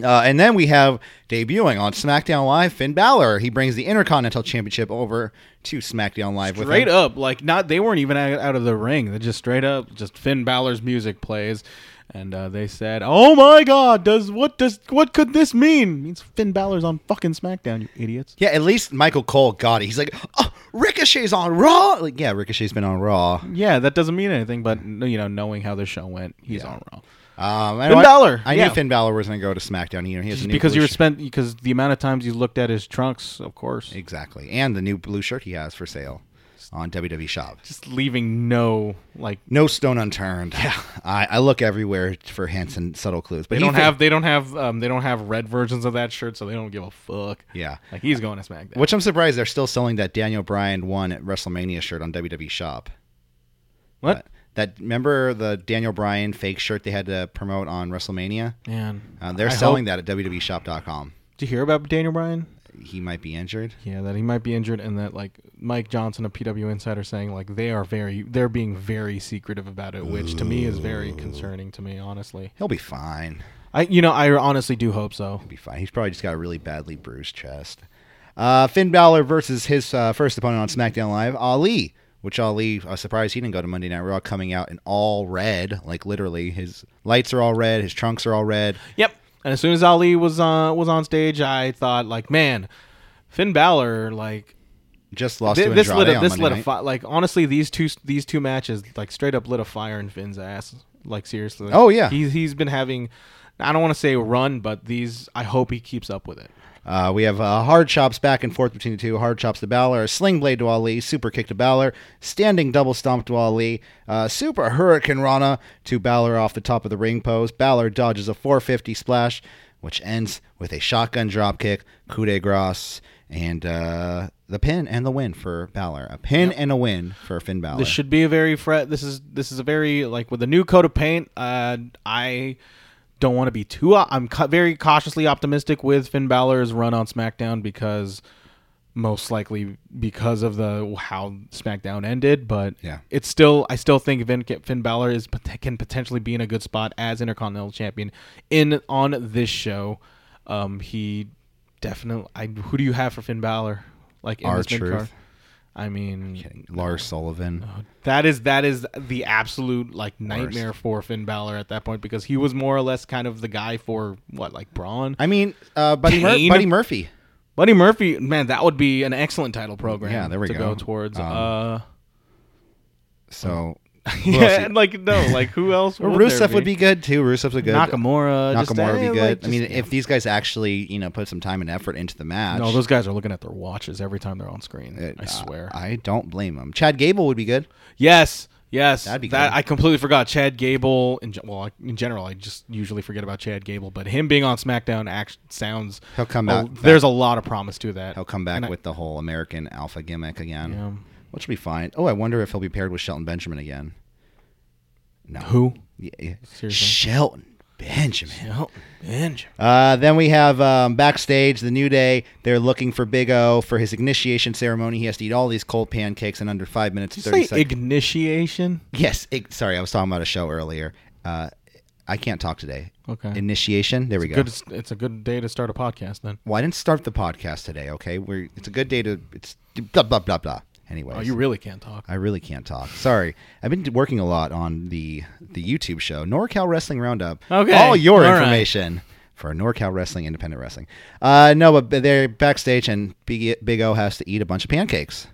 Uh, and then we have debuting on SmackDown Live Finn Balor. He brings the Intercontinental Championship over to SmackDown Live with
Straight
him.
up, like not they weren't even out, out of the ring. They just straight up, just Finn Balor's music plays, and uh, they said, "Oh my God, does what does what could this mean?" It means Finn Balor's on fucking SmackDown, you idiots.
Yeah, at least Michael Cole got it. He's like, oh, Ricochet's on Raw. Like, yeah, Ricochet's been on Raw.
Yeah, that doesn't mean anything, but you know, knowing how the show went, he's on Raw.
Um, I
Finn
know-
Balor,
I,
yeah.
knew Finn Balor was going to go to SmackDown. You know, he has a new
Because
blue
you were
shirt.
spent because the amount of times you looked at his trunks, of course,
exactly, and the new blue shirt he has for sale on WWE Shop.
just leaving no like
No stone unturned. Yeah, I, I look everywhere for hints and subtle clues. But
They
he
don't
fin-
have they don't have um, they don't have red versions of that shirt, so they don't give a fuck.
Yeah.
like he's going to SmackDown.
Which I'm surprised they're still selling that Daniel Bryan one at WrestleMania shirt on WWE Shop.
What?
That, that- remember the Daniel Bryan fake shirt they had to promote on WrestleMania?
Man,
Uh, they're
I
selling
hope-
that at E WWEshop.com.
Did you hear about Daniel Bryan?
He might be injured.
Yeah, that he might be injured, and that like Mike Johnson of PW Insider saying like they are very they're being very secretive about it, which to me is very concerning to me, honestly.
He'll be fine.
I you know I honestly do hope so.
be fine. He's probably just got a really badly bruised chest. Uh, Finn Balor versus his uh, first opponent on SmackDown Live, Ali. Which Ali, uh, surprised he didn't go to Monday Night Raw, coming out in all red, like literally his lights are all red, his trunks are all red.
Yep. And as soon as Ali was on was on stage, I thought like man, Finn Balor like
Just lost
Th-
to
this
Andrade
lit a,
on
this
Monday
lit a
night.
fi- like honestly these two these two matches like straight up lit a fire in Finn's ass like seriously
Oh, yeah.
he's he's been having I don't want to say a run but these I hope he keeps up with it
Uh, we have uh, hard chops back and forth between the two. Hard chops to Balor, a sling blade to Ali, super kick to Balor, standing double stomp to Ali, uh, super hurricane Rana to Balor off the top of the ring post. Balor dodges a 450 splash, which ends with a shotgun drop kick, coup de grace, and uh, the pin and the win for Balor. A pin and a win for Finn Balor.
this should be a very fre- this is this is a very like with a new coat of paint uh I don't want to be too o- I'm ca- very cautiously optimistic with Finn Balor's run on SmackDown because most likely because of the how SmackDown ended, but
Yeah.
it's still I still think Finn, Finn Balor is pot- can potentially be in a good spot as Intercontinental Champion in on this show. Um, he definitely. I who do you have for Finn Balor? Like in this
R-Truth.
mid-card? I mean,
Lars Sullivan.
that is that is the absolute like nightmare for Finn Balor at that point because he was more or less kind of the guy for what like Braun.
I mean, uh, Buddy, Mur-
Kane?
Buddy Murphy.
Buddy Murphy, man, that would be an excellent title program.
Yeah, there we
to
go.
go. towards.
Um,
uh,
So, who else
yeah,
you-
and, like no, like who else? would there
Rusev would be good too. Rusev's a good.
Nakamura. just,
Nakamura would
eh,
be good.
like,
I mean,
just-
if these guys actually, you know, put some time and effort into the match.
no, those guys are looking at their watches every time they're on screen.
it- uh,
I swear.
I don't blame them. Chad Gable would be good.
yes, yes.
That'd be
that
good.
I completely forgot Chad Gable. In, gen- well, I- in general, I just usually forget about Chad Gable, but him being on SmackDown act, sounds.
He'll come
oh,
back- back.
There's a lot of promise to that.
He'll come back
And I-
with the whole American Alpha gimmick again,
Yeah.
which will be fine. Oh, I wonder if he'll be paired with Shelton Benjamin again. No,
Who?
Yeah, yeah.
Seriously.
Shelton Benjamin.
Help, Benjamin.
Uh, then we have um, backstage the New Day. They're looking for Big O for his initiation ceremony. He has to eat all these cold pancakes in under five minutes and
Did
thirty
you
seconds.
say ignition?
Yes. Ig- sorry, I was talking about a show earlier. Uh, I can't talk today.
Okay.
Initiation. There we go.
Good. It's a good day to start a podcast then.
Well, I didn't start the podcast today. Okay, we're it's a good day to it's blah blah blah blah. Anyways,
Oh, you really can't talk.
I really can't talk. Sorry, I've been working a lot on the the YouTube show NorCal Wrestling Roundup.
Okay,
all your
all right.
information for NorCal Wrestling Independent Wrestling. Uh, no, but they're backstage and Big, Big O has to eat a bunch of pancakes.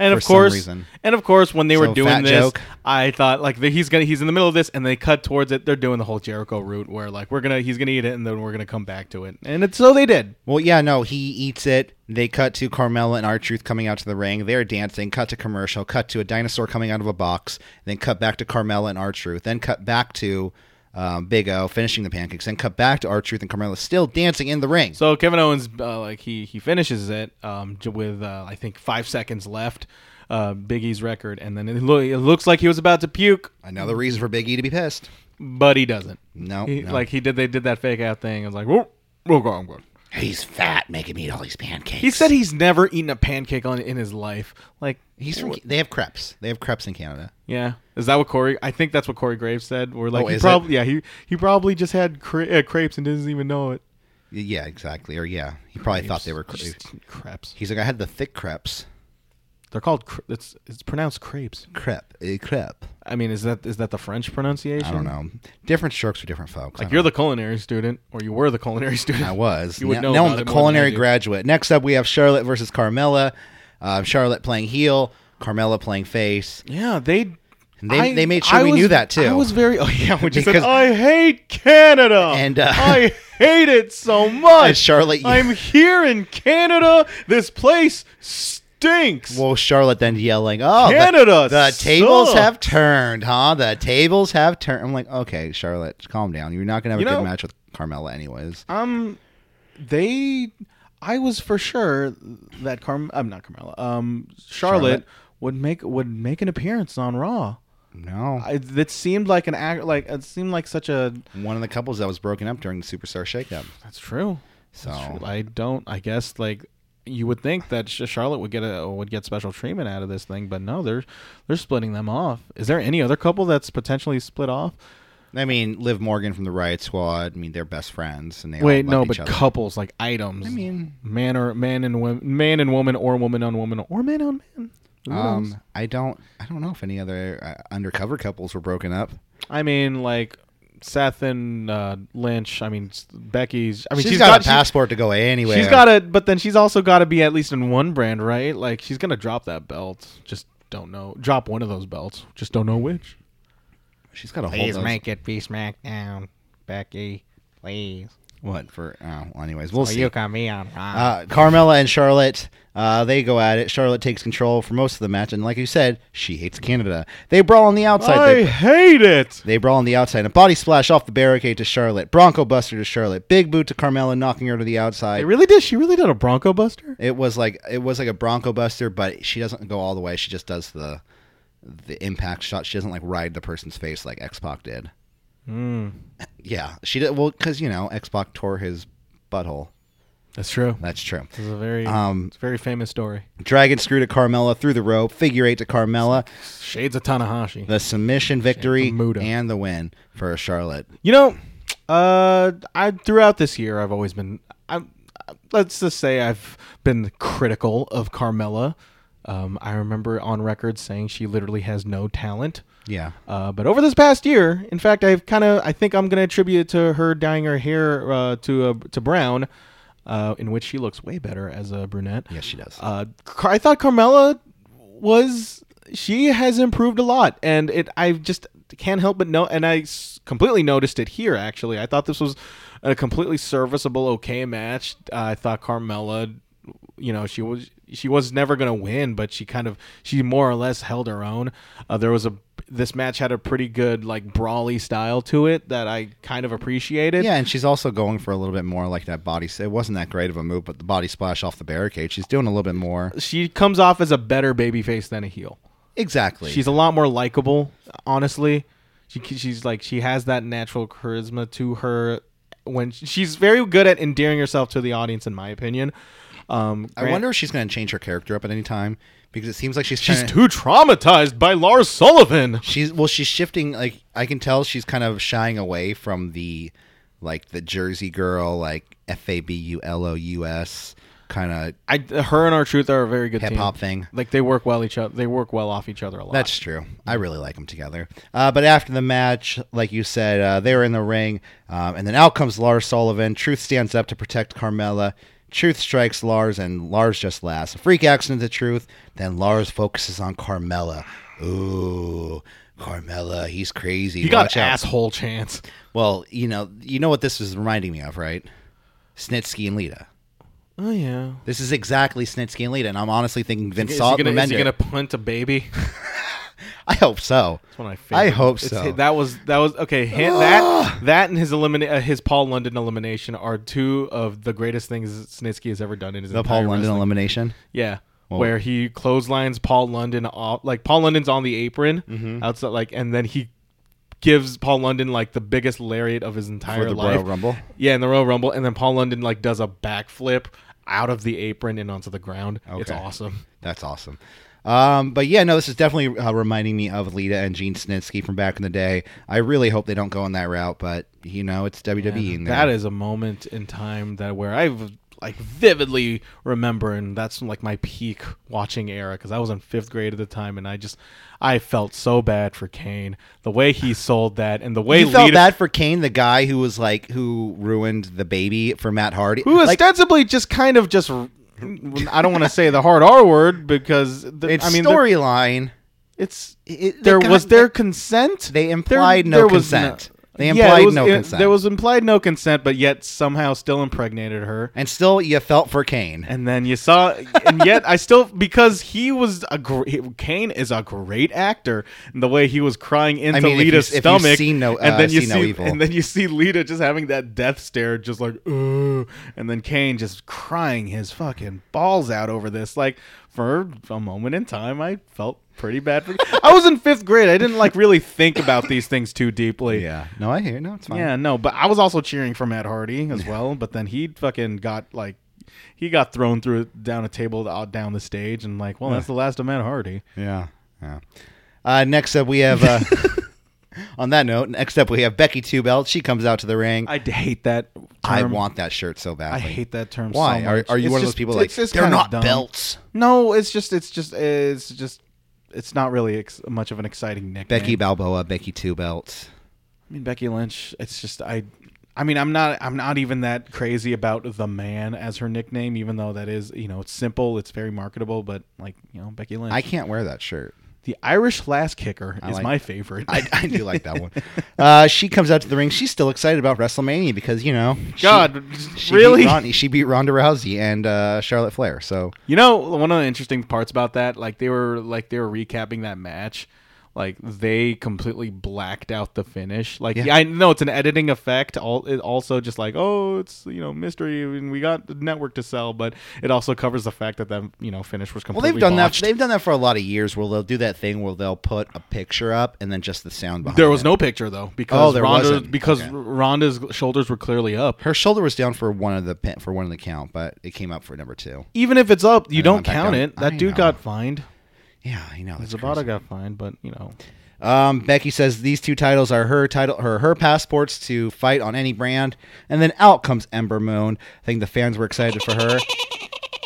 And
for
of
some
course,
reason.
and of course, when they
So,
were doing
fat
this,
joke.
I thought like the, he's gonna he's in the middle of this, and they cut towards it. They're doing the whole Jericho route where like we're gonna he's gonna eat it, and then we're gonna come back to it, and it's so they did.
Well, yeah, no, he eats it. They cut to Carmella and R Truth coming out to the ring. They're dancing. Cut to commercial. Cut to a dinosaur coming out of a box. Then cut back to Carmella and R Truth. Then cut back to um, Big O finishing the pancakes. Then cut back to R Truth and Carmella still dancing in the ring.
So Kevin Owens, uh, like he he finishes it um, j- with uh, I think five seconds left, uh, Biggie's record, and then it, lo- it looks like he was about to puke,
Another reason for Big E to be pissed.
but he doesn't.
No,
He-
no.
like he did. They did that fake out thing. I was like, whoop, Real good, I'm good.
He's fat, make him eat all these pancakes.
He said he's never eaten a pancake on in his life. Like
he's from. They have crepes. They have crepes in Canada.
Yeah, is that what Corey? I think that's what Corey Graves said. We're like,
Oh,
he
is
probably, yeah, he he probably just had cra- uh, crepes and doesn't even know it.
Y- Yeah, exactly. Or yeah, he probably thought they were. Cre-
Just crepes.
he's like, I had the thick crepes.
They're called. cre- It's it's pronounced crepes.
Crepe, a crepe.
I mean, is that is that the French pronunciation?
I don't know. Different strokes for different folks.
Like
I don't
you're the culinary student, or you were the culinary student.
I was.
You would
no,
know.
no,
about
I'm the
it more than I
culinary
do.
graduate. Next up, we have Charlotte versus Carmella. Uh, Charlotte playing heel, Carmella playing face.
Yeah, they.
And they- they made sure we knew
was-
that, too.
I was very. Oh yeah, when you said,
Because-
"I hate Canada,"
And, uh,
I hate it so much.
And Charlotte, you-
I'm here in Canada. This place stinks.
Well, Charlotte then yelling, "Oh, the-
Canada
The, tables
sucks."
have turned, huh? The tables have turned." I'm like, "Okay, Charlotte, calm down. You're not gonna have
You
a
know-
good match with Carmella, anyways."
um, they. I was for sure that Carm. I'm not Carmella. Um, Charlotte,
Charlotte.
would make would make an appearance on Raw.
No,
I, that seemed like an act. Like it seemed like such a.
one of the couples that was broken up during the Superstar Shakeup.
That's true.
So
That's true. I don't. I guess like you would think that Sh- Charlotte would get a would get special treatment out of this thing, but no, they're they're splitting them off. Is there any other couple that's potentially split off?
I mean, Liv Morgan from the Riot Squad. I mean, they're best friends, and they
Wait,
all love
no,
each
but
other.
couples like items. I
mean-
man or man and woman, man and woman, or woman on woman, or man on man. Who knows?
um, I don't, I don't know if any other uh, undercover couples were broken up.
I mean, like Seth and uh, Lynch. I mean, s- Becky's. I mean,
she's got, a
she-
passport to go anywhere.
She's got to, but then she's also got to be at least in one brand, right? Like she's gonna drop that belt. Just don't know. Drop one of those belts. Just don't know which.
She's got a whole. those-
it be SmackDown, Becky. Please.
What for? Oh, well, anyways, we'll
Or
see.
you can be on Raw.
Uh, Carmella and Charlotte, uh, they go at it. Charlotte takes control for most of the match, and like you said, she hates Canada. They brawl on the outside.
I
They,
hate it.
they brawl on the outside. A body splash off the barricade to Charlotte. Bronco Buster to Charlotte. Big boot to Carmella, knocking her to the outside.
They really did. She really did a Bronco Buster.
It was like it was like a Bronco Buster, but she doesn't go all the way. She just does the the impact shot. She doesn't like ride the person's face like X Pac did.
Hmm.
Yeah, she did. Well, because you know X Pac tore his butthole.
That's true.
That's true.
This is a very,
Um,
it's a very famous story.
Dragon screw to Carmella through the rope. Figure eight to Carmella.
Shades of Tanahashi.
the submission victory
Muda.
and the win for Charlotte.
You know, uh, I throughout this year, I've always been. I, let's just say I've been critical of Carmella. Um, I remember on record saying she literally has no talent.
Yeah.
Uh, but over this past year, in fact, I've kind of I think I'm gonna attribute it to her dyeing her hair uh, to uh, to brown, uh, in which she looks way better as a brunette.
Yes, she does.
Uh, Car- I thought Carmella was she has improved a lot, and it I just can't help but know, and I s- completely noticed it here. Actually, I thought this was a completely serviceable, okay match. Uh, I thought Carmella, you know, she was she was never gonna win, but she kind of she more or less held her own. Uh, there was a this match had a pretty good like brawly style to it that I kind of appreciated.
yeah, and she's also going for a little bit more like that body. It wasn't that great of a move, but the body splash off the barricade. She's doing a little bit more.
she comes off as a better babyface than a heel.
Exactly.
She's a lot more likable, honestly. She she's like she has that natural charisma to her when she's very good at endearing herself to the audience in my opinion. Um
I wonder if she's going to change her character up at any time because it seems like she's
she's
trying-
too traumatized by Lars Sullivan.
She's well, she's shifting. Like I can tell, she's kind of shying away from the like the Jersey girl, like F A B U L O U S kind of
I her and our truth are a very good team.
hip hop thing.
Like they work well each other. They work well off each other a lot.
That's true. I really like them together. Uh, but after the match, like you said, uh, they were in the ring, um, and then out comes Lars Sullivan. Truth stands up to protect Carmella. Truth strikes Lars, and Lars just laughs. A freak accident to Truth. Then Lars focuses on Carmella. Ooh, Carmella, he's crazy.
you got
Watch
an
out.
asshole chance.
Well, you know, you know what this is reminding me of, right? Snitsky and Lita.
Oh yeah.
This is exactly Snitsky and Lita, and I'm honestly thinking Vince
Is
saw
he
it.
gonna, is he
remembered
gonna
it.
punt a baby?
I hope so.
That's one of my favorite.
I hope
It's-
so.
that was that was okay. Him, that that and his elimina- uh, his Paul London elimination are two of the greatest things Snitsky has ever done in his
the Paul
entire
London
wrestling-
elimination.
Yeah. Where he
Mm-hmm.
clotheslines Paul London off, like Paul London's on the apron outside, like, and then he gives Paul London like the biggest lariat of his entire
the
life.
Royal Rumble?
Yeah, in the Royal Rumble, and then Paul London like does a backflip out of the apron and onto the ground. It's
Okay.
awesome.
That's awesome. Um, but yeah, no, this is definitely uh, reminding me of Lita and Gene Snitsky from back in the day. I really hope they don't go on that route, but you know, it's E WWE. and
That is a moment in time that where I like vividly remember, and that's like my peak watching era because I was in fifth grade at the time, and I just I felt so bad for Kane the way he sold that and the way
You felt
Lita-
bad for Kane, the guy who was like who ruined the baby for Matt Hardy.
who
like,
ostensibly just kind of just I don't want to say the hard R word because the,
it's
I mean the-
storyline.
it's
It-
there
they
was
got-
there consent.
They
There-
implied no
there was
consent. They
Yeah, there
implied
was-
no
it-
consent.
There was implied no consent, but yet somehow still impregnated her.
and still you felt for Kane.
And then you saw, and yet I still because he was a gr- he- Kane is a great actor. And the way he was crying into
mean, if you-
Lita's
if you've
stomach,
seen no- uh,
and then you
seen
see,
no evil.
and then you see Lita just having that death stare, just like ooh, and then Kane just crying his fucking balls out over this. Like for a moment in time, I felt pretty bad for. I was in fifth grade. I didn't like really think about these things too deeply.
yeah, no, I hear. No, it's fine.
Yeah, no, but I was also cheering for Matt Hardy as well. But then he fucking got like, he got thrown through down a table to- out down the stage, and like, well, that's the last of Matt Hardy.
Yeah. yeah. Uh, next up, we have. Uh, on that note, next up we have Becky Two Belt. She comes out to the ring. I,
I d- hate that. Term.
want that shirt so badly.
I hate that term.
Why
so
are,
much.
are you
It's
one of those
just-
people
it's
like
just
they're
kinda
not
dumb.
belts?
No, it's just it's just it's just it's not really ex- much of an exciting nickname.
Becky Balboa, Becky Two Belts.
I mean Becky Lynch. It's just I. I mean, I'm not. I'm not even that crazy about the man as her nickname, even though that is, you know, it's simple, it's very marketable. But like, you know, Becky Lynch.
I can't wear that shirt.
The Irish last kicker is
like-
my favorite.
I, I do like that one. Uh, she comes out to the ring. She's still excited about WrestleMania because you know, she-
God,
she
really?
beat Ron- she beat Ronda Rousey and uh, Charlotte Flair. So
You know, one of the interesting parts about that, like they were like they were recapping that match, like they completely blacked out the finish. Like
Yeah.
yeah, I know it's an editing effect. All it also just like oh, it's you know mystery, and we got the network to sell, but it also covers the fact that that you know finish was
Well,
completely.
they've done
botched.
that. They've done that for a lot of years, where they'll do that thing where they'll put a picture up and then just the sound behind.
There was
it.
no picture though because
there
Ronda
wasn't.
because
Okay.
Ronda's shoulders were clearly up.
Her shoulder was down for one of the pin, for one of the count, but it came up for number two.
Even if it's up,
And
you
it
don't
went back
count
down.
it. That
I
dude
know.
got fined.
Yeah, I know. That's
Zabata
crazy.
got fined, but you know
Um, Becky says these two titles are her title, her her passports to fight on any brand, and then out comes Ember Moon. I think the fans were excited for her.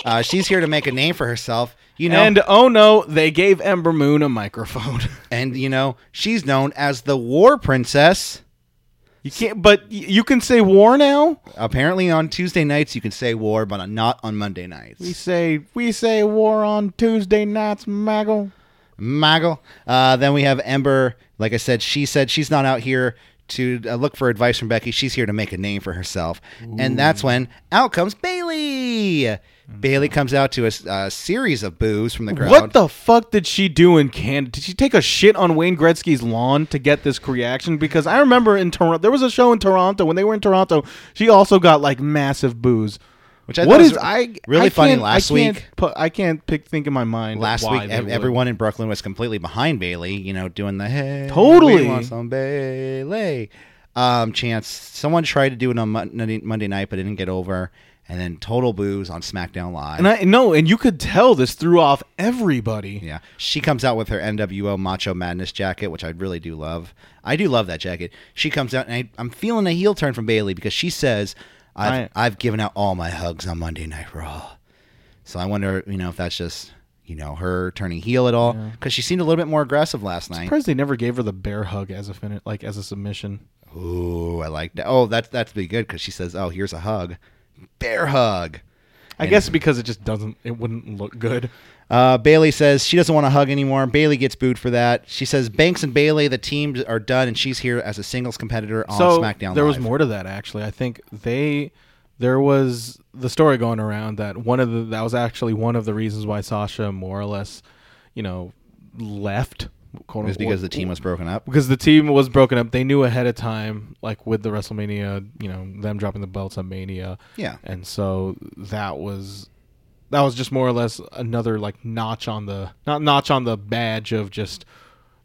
Uh, she's here to make a name for herself, you know,
And oh no, they gave Ember Moon a microphone.
and you know she's known as the War Princess.
you can't, but y- you can say war now.
Apparently, on Tuesday nights you can say war, but not on Monday
We
nights.
say we say war on Tuesday nights, Maggle.
Maggle. Uh, then we have Ember. Like I said, she said she's not out here to uh, look for advice from Becky. She's here to make a name for herself. And that's when out comes Bailey. Bailey comes out to a, s- a series of boos from the crowd.
Mm. What the fuck did she do in Canada? Did she take a shit on Wayne Gretzky's lawn to get this reaction? Because I remember in Toronto, there was a show in Toronto when they were in Toronto. She also got like massive boos.
Which I
what
thought was
is
re-
I
really
I
funny
can't-
last
I can't
week.
Put, I can't pick think in my mind
Last
why
week,
they
ev-
would.
everyone in Brooklyn was completely behind Bailey. You know, doing the hey,
Totally.
we want some Bailey. Um, chance someone tried to do it on Monday, Monday night, but it didn't get over. And then total boos on SmackDown Live.
and I no, and you could tell this threw off everybody.
Yeah. She comes out with her NWO Macho Madness jacket, which I really do love. I do love that jacket. She comes out, and I, I'm feeling a heel turn from Bailey because she says, I've, I've given out all my hugs on Monday Night Raw. So I wonder, you know, if that's just, you know, her turning heel at all because she seemed a little bit more aggressive last night.
Surprised they never gave her the bear hug as a fin- like as a submission.
Ooh, I like that. Oh, that's that's be good because she says, "Oh, here's a hug, bear hug."
I guess because it just doesn't, it wouldn't look good.
Uh, Bailey says she doesn't want to hug anymore. Bailey gets booed for that. She says Banks and Bailey, the teams are done, and she's here as a singles competitor on
so
SmackDown.
there was
Live.
more to that actually. I think they, there was the story going around that one of the that was actually one of the reasons why Sasha more or less, you know, left. Quote
It was because the team was broken up.
because the team was broken up. They knew ahead of time, like with the WrestleMania, you know, them dropping the belts on Mania.
Yeah.
and so that was that was just more or less another like notch on the not notch on the badge of just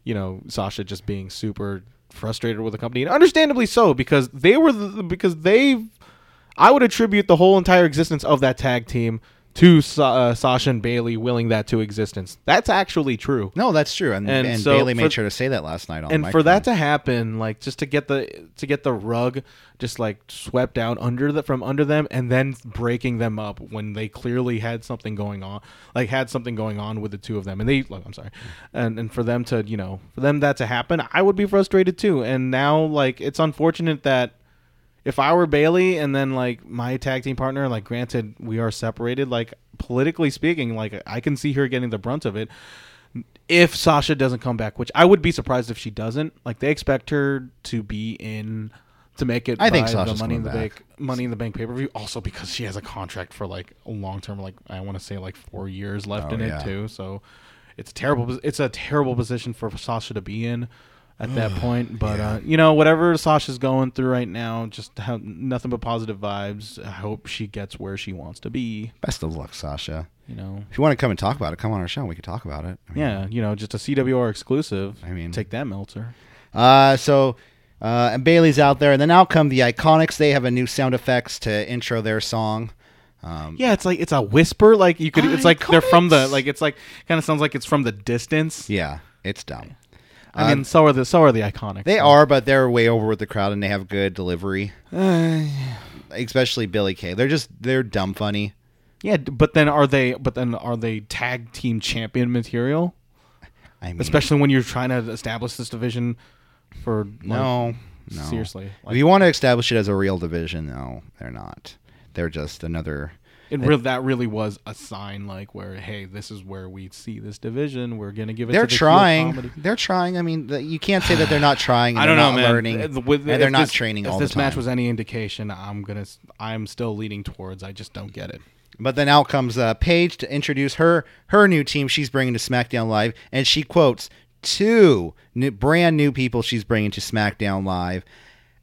you know Sasha just being super frustrated with the company, and understandably so, because they were the, because they, I would attribute the whole entire existence of that tag team to Sa- uh, Sasha and Bailey willing that to existence. That's actually true.
No, that's true. And, and,
And so
Bailey made
for-
sure to say that last night on
and
the
for that
microphone.
to happen, like just to get the to get the rug just like swept out under the from under them, and then breaking them up when they clearly had something going on, like had something going on with the two of them, and they, like, I'm sorry, and and for them to you know for them that to happen, I would be frustrated too. And now like it's unfortunate that if I were Bailey and then like my tag team partner, like granted we are separated, like politically speaking, like I can see her getting the brunt of it. If Sasha doesn't come back, which I would be surprised if she doesn't, like they expect her to be in to make it.
I think
by
Sasha's
the Money in the
coming back.
Bank Money in the Bank pay per view, also because she has a contract for like a long term, like I want to say like four years left
Oh,
in
yeah.
it too. So it's terrible. It's a terrible position for Sasha to be in at that point. But uh, you know, whatever Sasha's going through right now, just have nothing but positive vibes. I hope she gets where she wants to be.
Best of luck, Sasha.
You know,
If you want to come and talk about it, come on our show. and We can talk about it. I mean,
yeah, you know, just a CWR exclusive.
I mean-
take that, Meltzer.
Uh, so uh, and Bailey's out there, and then out come the Iconics. They have a new sound effects to intro their song. Um,
Yeah, it's like it's a whisper. Like you could. It's like they're from the. Like it's like kind of sounds like it's from the distance.
yeah, it's dumb.
I mean, so are the so are the iconic.
Uh, They are, but they're way over with the crowd, and they have good delivery.
Uh,
Especially Billy Kay. They're just they're dumb funny.
Yeah, d- but then are they? But then are they tag team champion material?
Mm-hmm. I mean,
Especially when you're trying to establish this division for like,
no, no.
seriously.
if
Like,
you want to establish it as a real division, no, they're not. They're just another.
it real that really was a sign like where hey, this is where we see this division. We're gonna give it.
They're
to the heel
trying.
comedy.
They're trying. I mean, the, you can't say that they're not trying. And
I don't
they're
know,
not
man.
Learning,
Uh, with-
and they're
if
not
this-
training
If
all
this
the time.
match was any indication, I'm gonna. s- I'm still leaning towards. I just don't get it.
But then out comes uh, Paige to introduce her her new team she's bringing to SmackDown Live, and she quotes two new, brand new people she's bringing to SmackDown Live.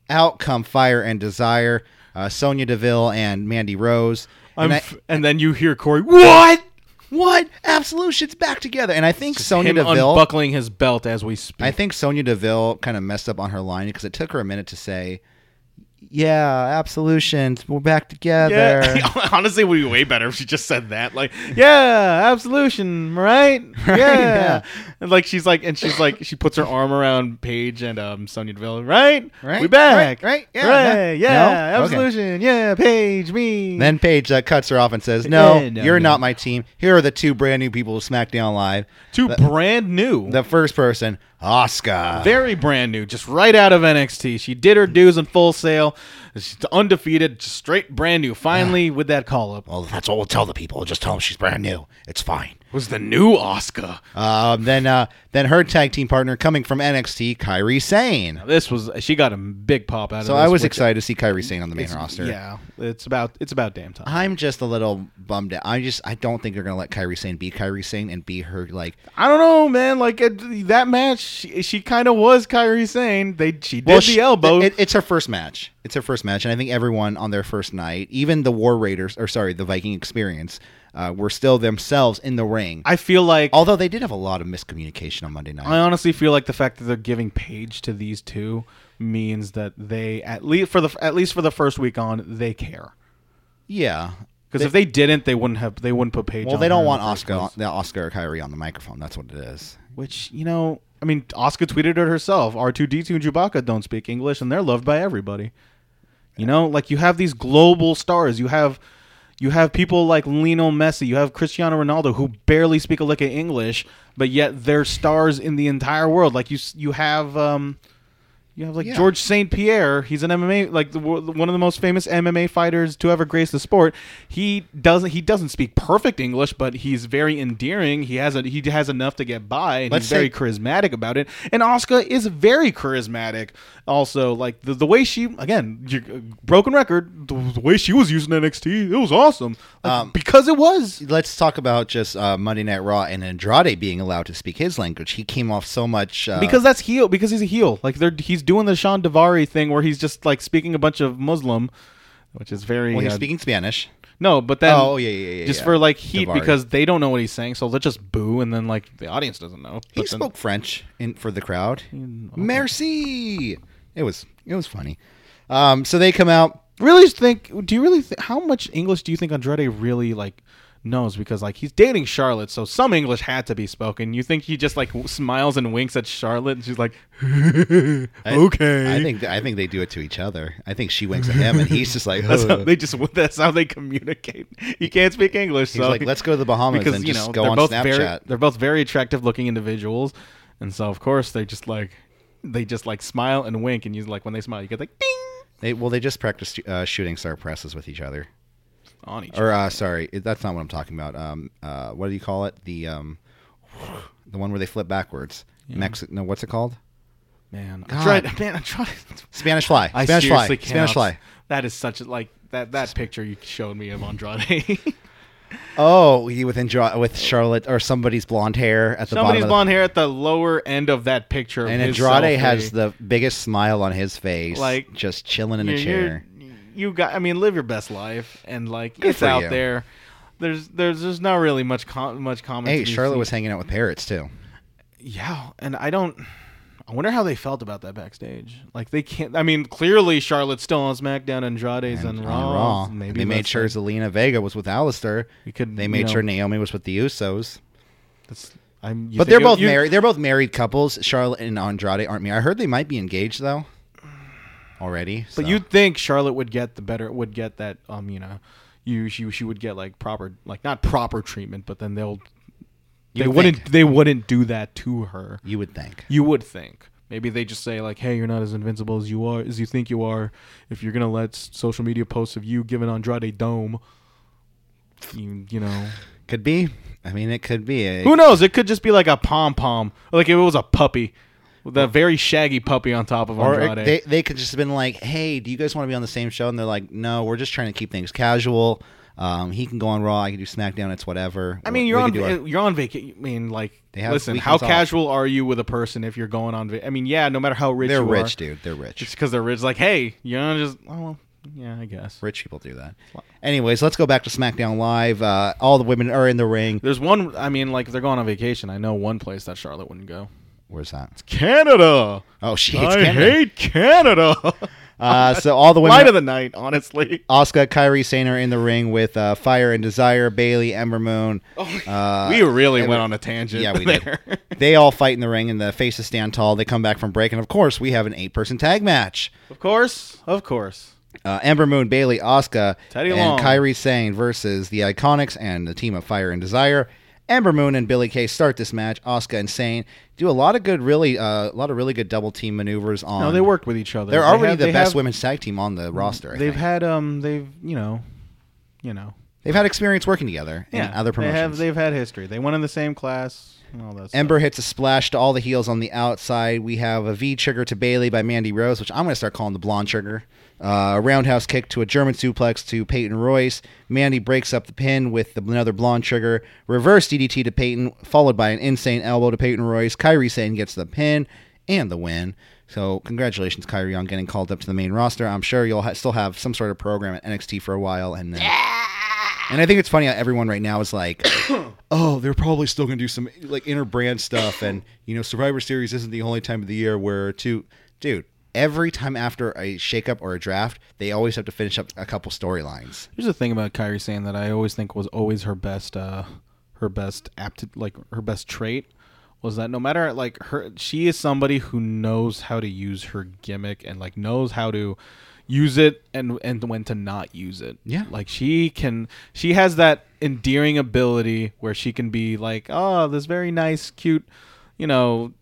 Out come Fire and Desire, uh, Sonya Deville and Mandy Rose.
I'm
And I-
f- and then you hear Corey. What?
what Absolution's back together, and I think Sonya
Him
Deville.
unbuckling his belt as we speak.
I think Sonya Deville kind of messed up on her line because it took her a minute to say, "Yeah, Absolution's we're back together."
Yeah, honestly, it would be way better if she just said that. Like, yeah, absolution, right? Yeah.
yeah.
And like she's like, and she's like, she puts her arm around Paige and um Sonya Deville, right?
Right,
We back,
right, right, yeah,
right,
no,
yeah,
no, okay.
absolution, yeah, Paige, me.
Then Paige uh, cuts her off and says, "No,
Eh, no,
you're
no.
not my team. Here are the two brand new people to SmackDown Live.
Two brand new,
The first person, Oscar.
very brand new, just right out of NXT. She did her dues in full sale. She's undefeated, just straight brand new. Finally, with that call up,
well, that's all we'll tell the people. Just tell them she's brand new. It's fine."
was the new Oscar.
Um, then, uh, then her tag team partner coming from NXT, Kyrie Sane.
This was she got a big pop out of.
So
this,
I was
which-
excited to see Kyrie Sane on the main
It's-
roster.
Yeah, it's about it's about damn time.
I'm just a little bummed out. I just I don't think they're gonna let Kyrie Sane be Kyrie Sane and be her like.
I don't know, man. Like it, that match, she, she kind of was Kyrie Sane. They she did
she-
the elbow.
it- it's her first match. It's her first match, and I think everyone on their first night, even the War Raiders, or sorry, the Viking Experience, uh, were still themselves in the ring.
I feel like
Although they did have a lot of miscommunication on Monday night.
I honestly feel like the fact that they're giving Paige to these two means that they at least for the at least for the first week on they care.
yeah.
Because if they didn't, they wouldn't have they wouldn't put Paige.
Well,
on
they
her
don't
in
want
the first
Oscar,
place.
the Oscar or Kyrie on the microphone. That's what it is.
Which you know, I mean, Oscar tweeted it herself. R two D two and Chewbacca don't speak English, and they're loved by everybody. You know, like you have these global stars. You have you have people like Lionel Messi. You have Cristiano Ronaldo who barely speak a lick of English, but yet they're stars in the entire world. Like you, s- you have um, you have like
Yeah.
George St. Pierre. He's an MMA like the, wo- one of the most famous MMA fighters to ever grace the sport. He doesn't he doesn't speak perfect English, but he's very endearing. He has a he has enough to get by, and
Let's
he's very
say-
charismatic about it. And Oscar is very charismatic. Also, like the, the way she again you, broken record, the, the way she was using NXT, it was awesome Like,
Um,
because it was.
Let's talk about just uh, Monday Night Raw and Andrade being allowed to speak his language. He came off so much uh,
because that's heel because he's a heel like they're he's doing the Sean Devary thing where he's just like speaking a bunch of Muslim which is very
well, he's
uh,
speaking Spanish.
No, but then
Oh, yeah, yeah, yeah,
just
yeah.
for like heat
Davari.
because they don't know what he's saying, so they'll just boo and then like the audience doesn't know.
He
But then-
spoke French in for the crowd. Merci. It was it was funny. Um, so they come out.
really think? Do you really? Th- how much English do you think Andrade really like knows? Because like he's dating Charlotte, so some English had to be spoken. You think he just like w- smiles and winks at Charlotte, and she's like,
I-
okay.
I think I think they do it to each other. I think she winks at him, and he's just like,
that's how
"Ugh."
they just that's how they communicate. He can't speak English,
He's
so
like, "Let's go to the Bahamas
because
and
you
just
know
go
they're
on
both very
Snapchat."
they're both very attractive looking individuals, and so of course they just like they just like smile and wink, and you like when they smile, you get like ding
They, well, they just practice uh, shooting star presses with each other.
on each.
Or uh, sorry, it- that's not what I'm talking about. Um, uh, what do you call it? The um, the one where they flip backwards. Mexi- No, what's it called?
man, I
God.
tried, man, I tried.
Spanish fly.
I
Spanish fly.
seriously cannot-
Spanish fly.
That is such a, like that that picture you showed me of Andrade.
Oh, he with Andra- with Charlotte or somebody's blonde hair at the bottom.
Somebody's
of the-
blonde hair at the lower end of that picture. of
And
his
Andrade
selfie.
has the biggest smile on his face,
Like,
like just chilling in a
You're-
chair.
you're- you got. I mean, live your best life, and like it's
for
out
you.
there. There's there's there's not really much com- much comment.
Hey,
to be
Charlotte
seen.
was hanging out with parrots too.
Yeah, and I don't. I wonder how they felt about that backstage. Like they can't. I mean, clearly Charlotte's still on SmackDown, Andrade's
And on
on Raw.
Raw,
Maybe
they made
that's-
sure Zelina Vega was with Alistair.
You could-
They
you
made
know,
sure Naomi was with the Usos.
that's- I'm, you
But
think
they're
it-
both
you-
married. They're both married couples. Charlotte and Andrade aren't married. I heard they might be engaged though. Already,
But
so.
you'd think Charlotte would get the better. Would get that. Um, you know, you she she would get like proper like not proper treatment, but then they'll. they
You'd
wouldn't.
think.
They wouldn't do that to her.
you would think.
You would think. Maybe they just say like, "Hey, you're not as invincible as you are as you think you are. If you're gonna let s- social media posts of you giving Andrade dome, you you know,
Could be. I mean, it could be. It-
who knows? It could just be like a pom pom, like if it was a puppy, the very shaggy puppy on top of
Or
Andrade.
they, they could just have been like, hey, do you guys want to be on the same show? And they're like, no, we're just trying to keep things casual. Um, he can go on Raw. I can do SmackDown. It's whatever.
I mean,
We-
you're
we
on
can do our-
va- you're on vacation. I mean, like,
They have
listen, how
weekends off.
casual are you with a person if you're going on? Va- I mean, yeah, no matter how rich
They're
you
rich,
are,
dude. They're rich.
Just because they're rich, like, hey, you know, just oh, well, yeah, I guess.
rich people do that. Anyways, let's go back to SmackDown Live. Uh, all the women are in the ring.
There's one. I mean, like, if they're going on vacation, I know one place that Charlotte wouldn't go.
Where's that?
Canada.
Oh, she hates
I
Canada.
hate Canada.
Uh, so all the women.
Light of the night, honestly.
Oscar, Kyrie, Sane are in the ring with uh, Fire and Desire, Bailey, Ember Moon. uh,
Oh we really
and-
went on a tangent.
Yeah, we
there.
did. They all fight in the ring, and the faces stand tall. They come back from break, and of course, we have an eight-person tag match.
Of course, of course.
Uh, Amber Moon, Bailey, Asuka,
Teddy
and
Long.
Kyrie Sane versus the Iconics and the team of Fire and Desire. Amber Moon and Billy Kay start this match. Asuka and Sane do a lot of good, really, uh, a lot of really good double team maneuvers. On
No, they work with each other.
Um, They're
They
already
have-
the
they
best
have-
women's tag team on the roster. I
They've
think.
had um, they've you know, you know,
they've had experience working together in other promotions.
They have, they've had history. They went in the same class and all that.
Ember hits a splash to all the heels on the outside. We have a V trigger to Bailey by Mandy Rose, which I'm going to start calling the blonde trigger. Uh, a roundhouse kick to a German suplex to Peyton Royce. Mandy breaks up the pin with the, another blonde trigger. Reverse DDT to Peyton, followed by an insane elbow to Peyton Royce. Kyrie Sane gets the pin and the win. So congratulations, Kyrie, on getting called up to the main roster. I'm sure you'll ha- still have some sort of program at NXT for a while, and then. And I think it's funny how everyone right now is like, oh, they're probably still going to do some like inner brand stuff. And, you know, Survivor Series isn't the only time of the year where two, dude, every time after a shakeup or a draft, they always have to finish up a couple storylines.
Here's the thing about Kyrie saying that I always think was always her best, uh, her best apt, like her best trait was that no matter like her, she is somebody who knows how to use her gimmick and like knows how to use it and and when to not use it.
Yeah.
like she can, she has that endearing ability where she can be like, oh, this very nice, cute, you know,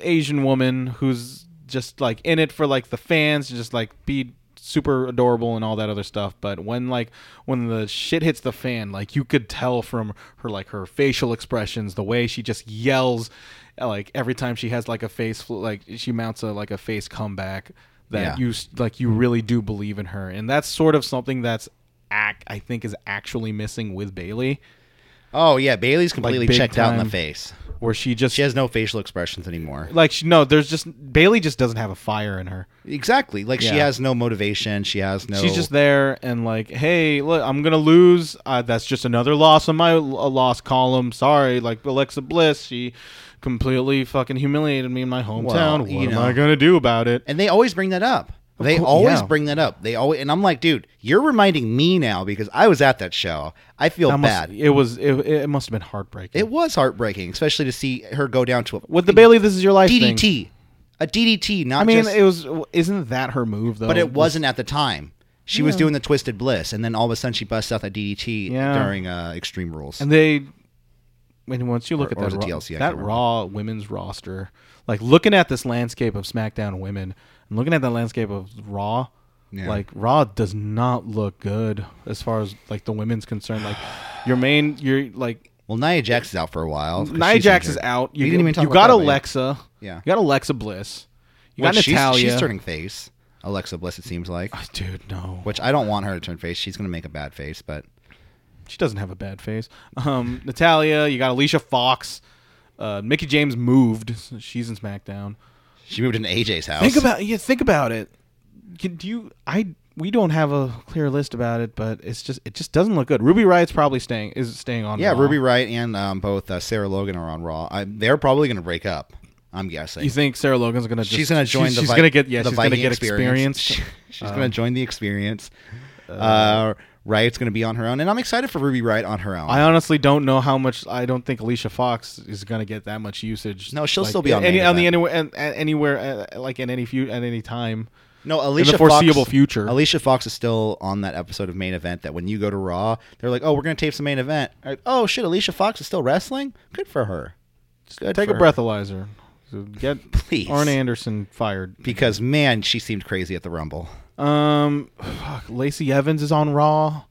Asian woman who's just like in it for like the fans, just like be super adorable and all that other stuff. But when like when the shit hits the fan, like you could tell from her like her facial expressions, the way she just yells, like every time she has like a face fl- like she mounts a like a face comeback that
Yeah.
you s- like you really do believe in her, and that's sort of something that's act I think is actually missing with Bailey.
Oh, yeah. Baileys completely
big
checked out in
time.
the face.
where she just
She has no facial expressions anymore.
like she, no, there's just Bailey just doesn't have a fire in her.
Exactly. Like she
Yeah.
has no motivation. She has no.
She's just there and like, hey, look, I'm gonna lose. Uh, that's just another loss on my l- loss column. Sorry, like Alexa Bliss, she completely fucking humiliated me in my hometown.
Well,
what
you
am
know.
I gonna do about it?
and they always bring that up. They
course,
always
yeah.
bring that up. They always and I'm like, dude, you're reminding me now because I was at that show. I feel
That must-
bad.
It was. It, it must have been heartbreaking.
It was heartbreaking, especially to see her go down to a
With the Bailey, this is your life
DDT,
thing.
a DDT. Not
I mean,
just,
it was. Oh, Isn't that her move though?
but it wasn't at the time. She was doing the Twisted Bliss, and then all of a sudden she busts out that DDT
Yeah.
during uh, Extreme Rules.
And they, when once you look
Or- or
at
was it
that, raw,
TLC? I can't
that
remember.
raw women's roster, like looking at this landscape of SmackDown women and looking at the landscape of Raw,
Yeah.
like Raw does not look good as far as like the women's concerned. Like your main, your like
well, Nia Jax is out for a while. 'cause
Nia
she's
Jax is
injured.
out. You,
We didn't even talk
you
about
got
that, but yeah.
Alexa.
Yeah.
you got Alexa Bliss. You
Well,
got Natalia.
She's, she's turning face. Alexa Bliss, it seems like.
Dude, no.
Which I don't want her to turn face. She's going to make a bad face, but
She doesn't have a bad face. Um, Natalia, you got Alicia Fox. Uh, Mickey James moved. so She's in SmackDown.
she moved into AJ's house.
Think about yeah. Think about it. Can, do you? I we don't have a clear list about it, but it's just it just doesn't look good. Ruby Riot's probably staying is staying on.
Yeah,
Raw.
Ruby Wright and um, both uh, Sarah Logan are on Raw. I, they're probably going to break up. I'm guessing.
You think Sarah Logan's gonna? Just,
she's going to join
She's,
the.
she's
Vi-
gonna get yeah.
the
She's gonna
Viking
get experience. Um,
she's going to join the experience. Uh, Riot's going to be on her own, and I'm excited for Ruby Wright on her own.
I honestly don't know how much. I don't think Alicia Fox is gonna get that much usage.
No, she'll still be on
any,
main
on the
event.
anywhere and, and anywhere uh, like in any few at any time.
no, Alicia
foreseeable
Fox,
future.
Alicia Fox is still on that episode of main event that when you go to Raw, they're like, "Oh, we're going to tape some main event." Like, oh shit, Alicia Fox is still wrestling. Good for her. Good
Take
for
a
her.
breathalyzer. So Get
Please.
Arn Anderson fired.
because man, she seemed crazy at the Rumble.
Um, fuck, Lacey Evans is on Raw.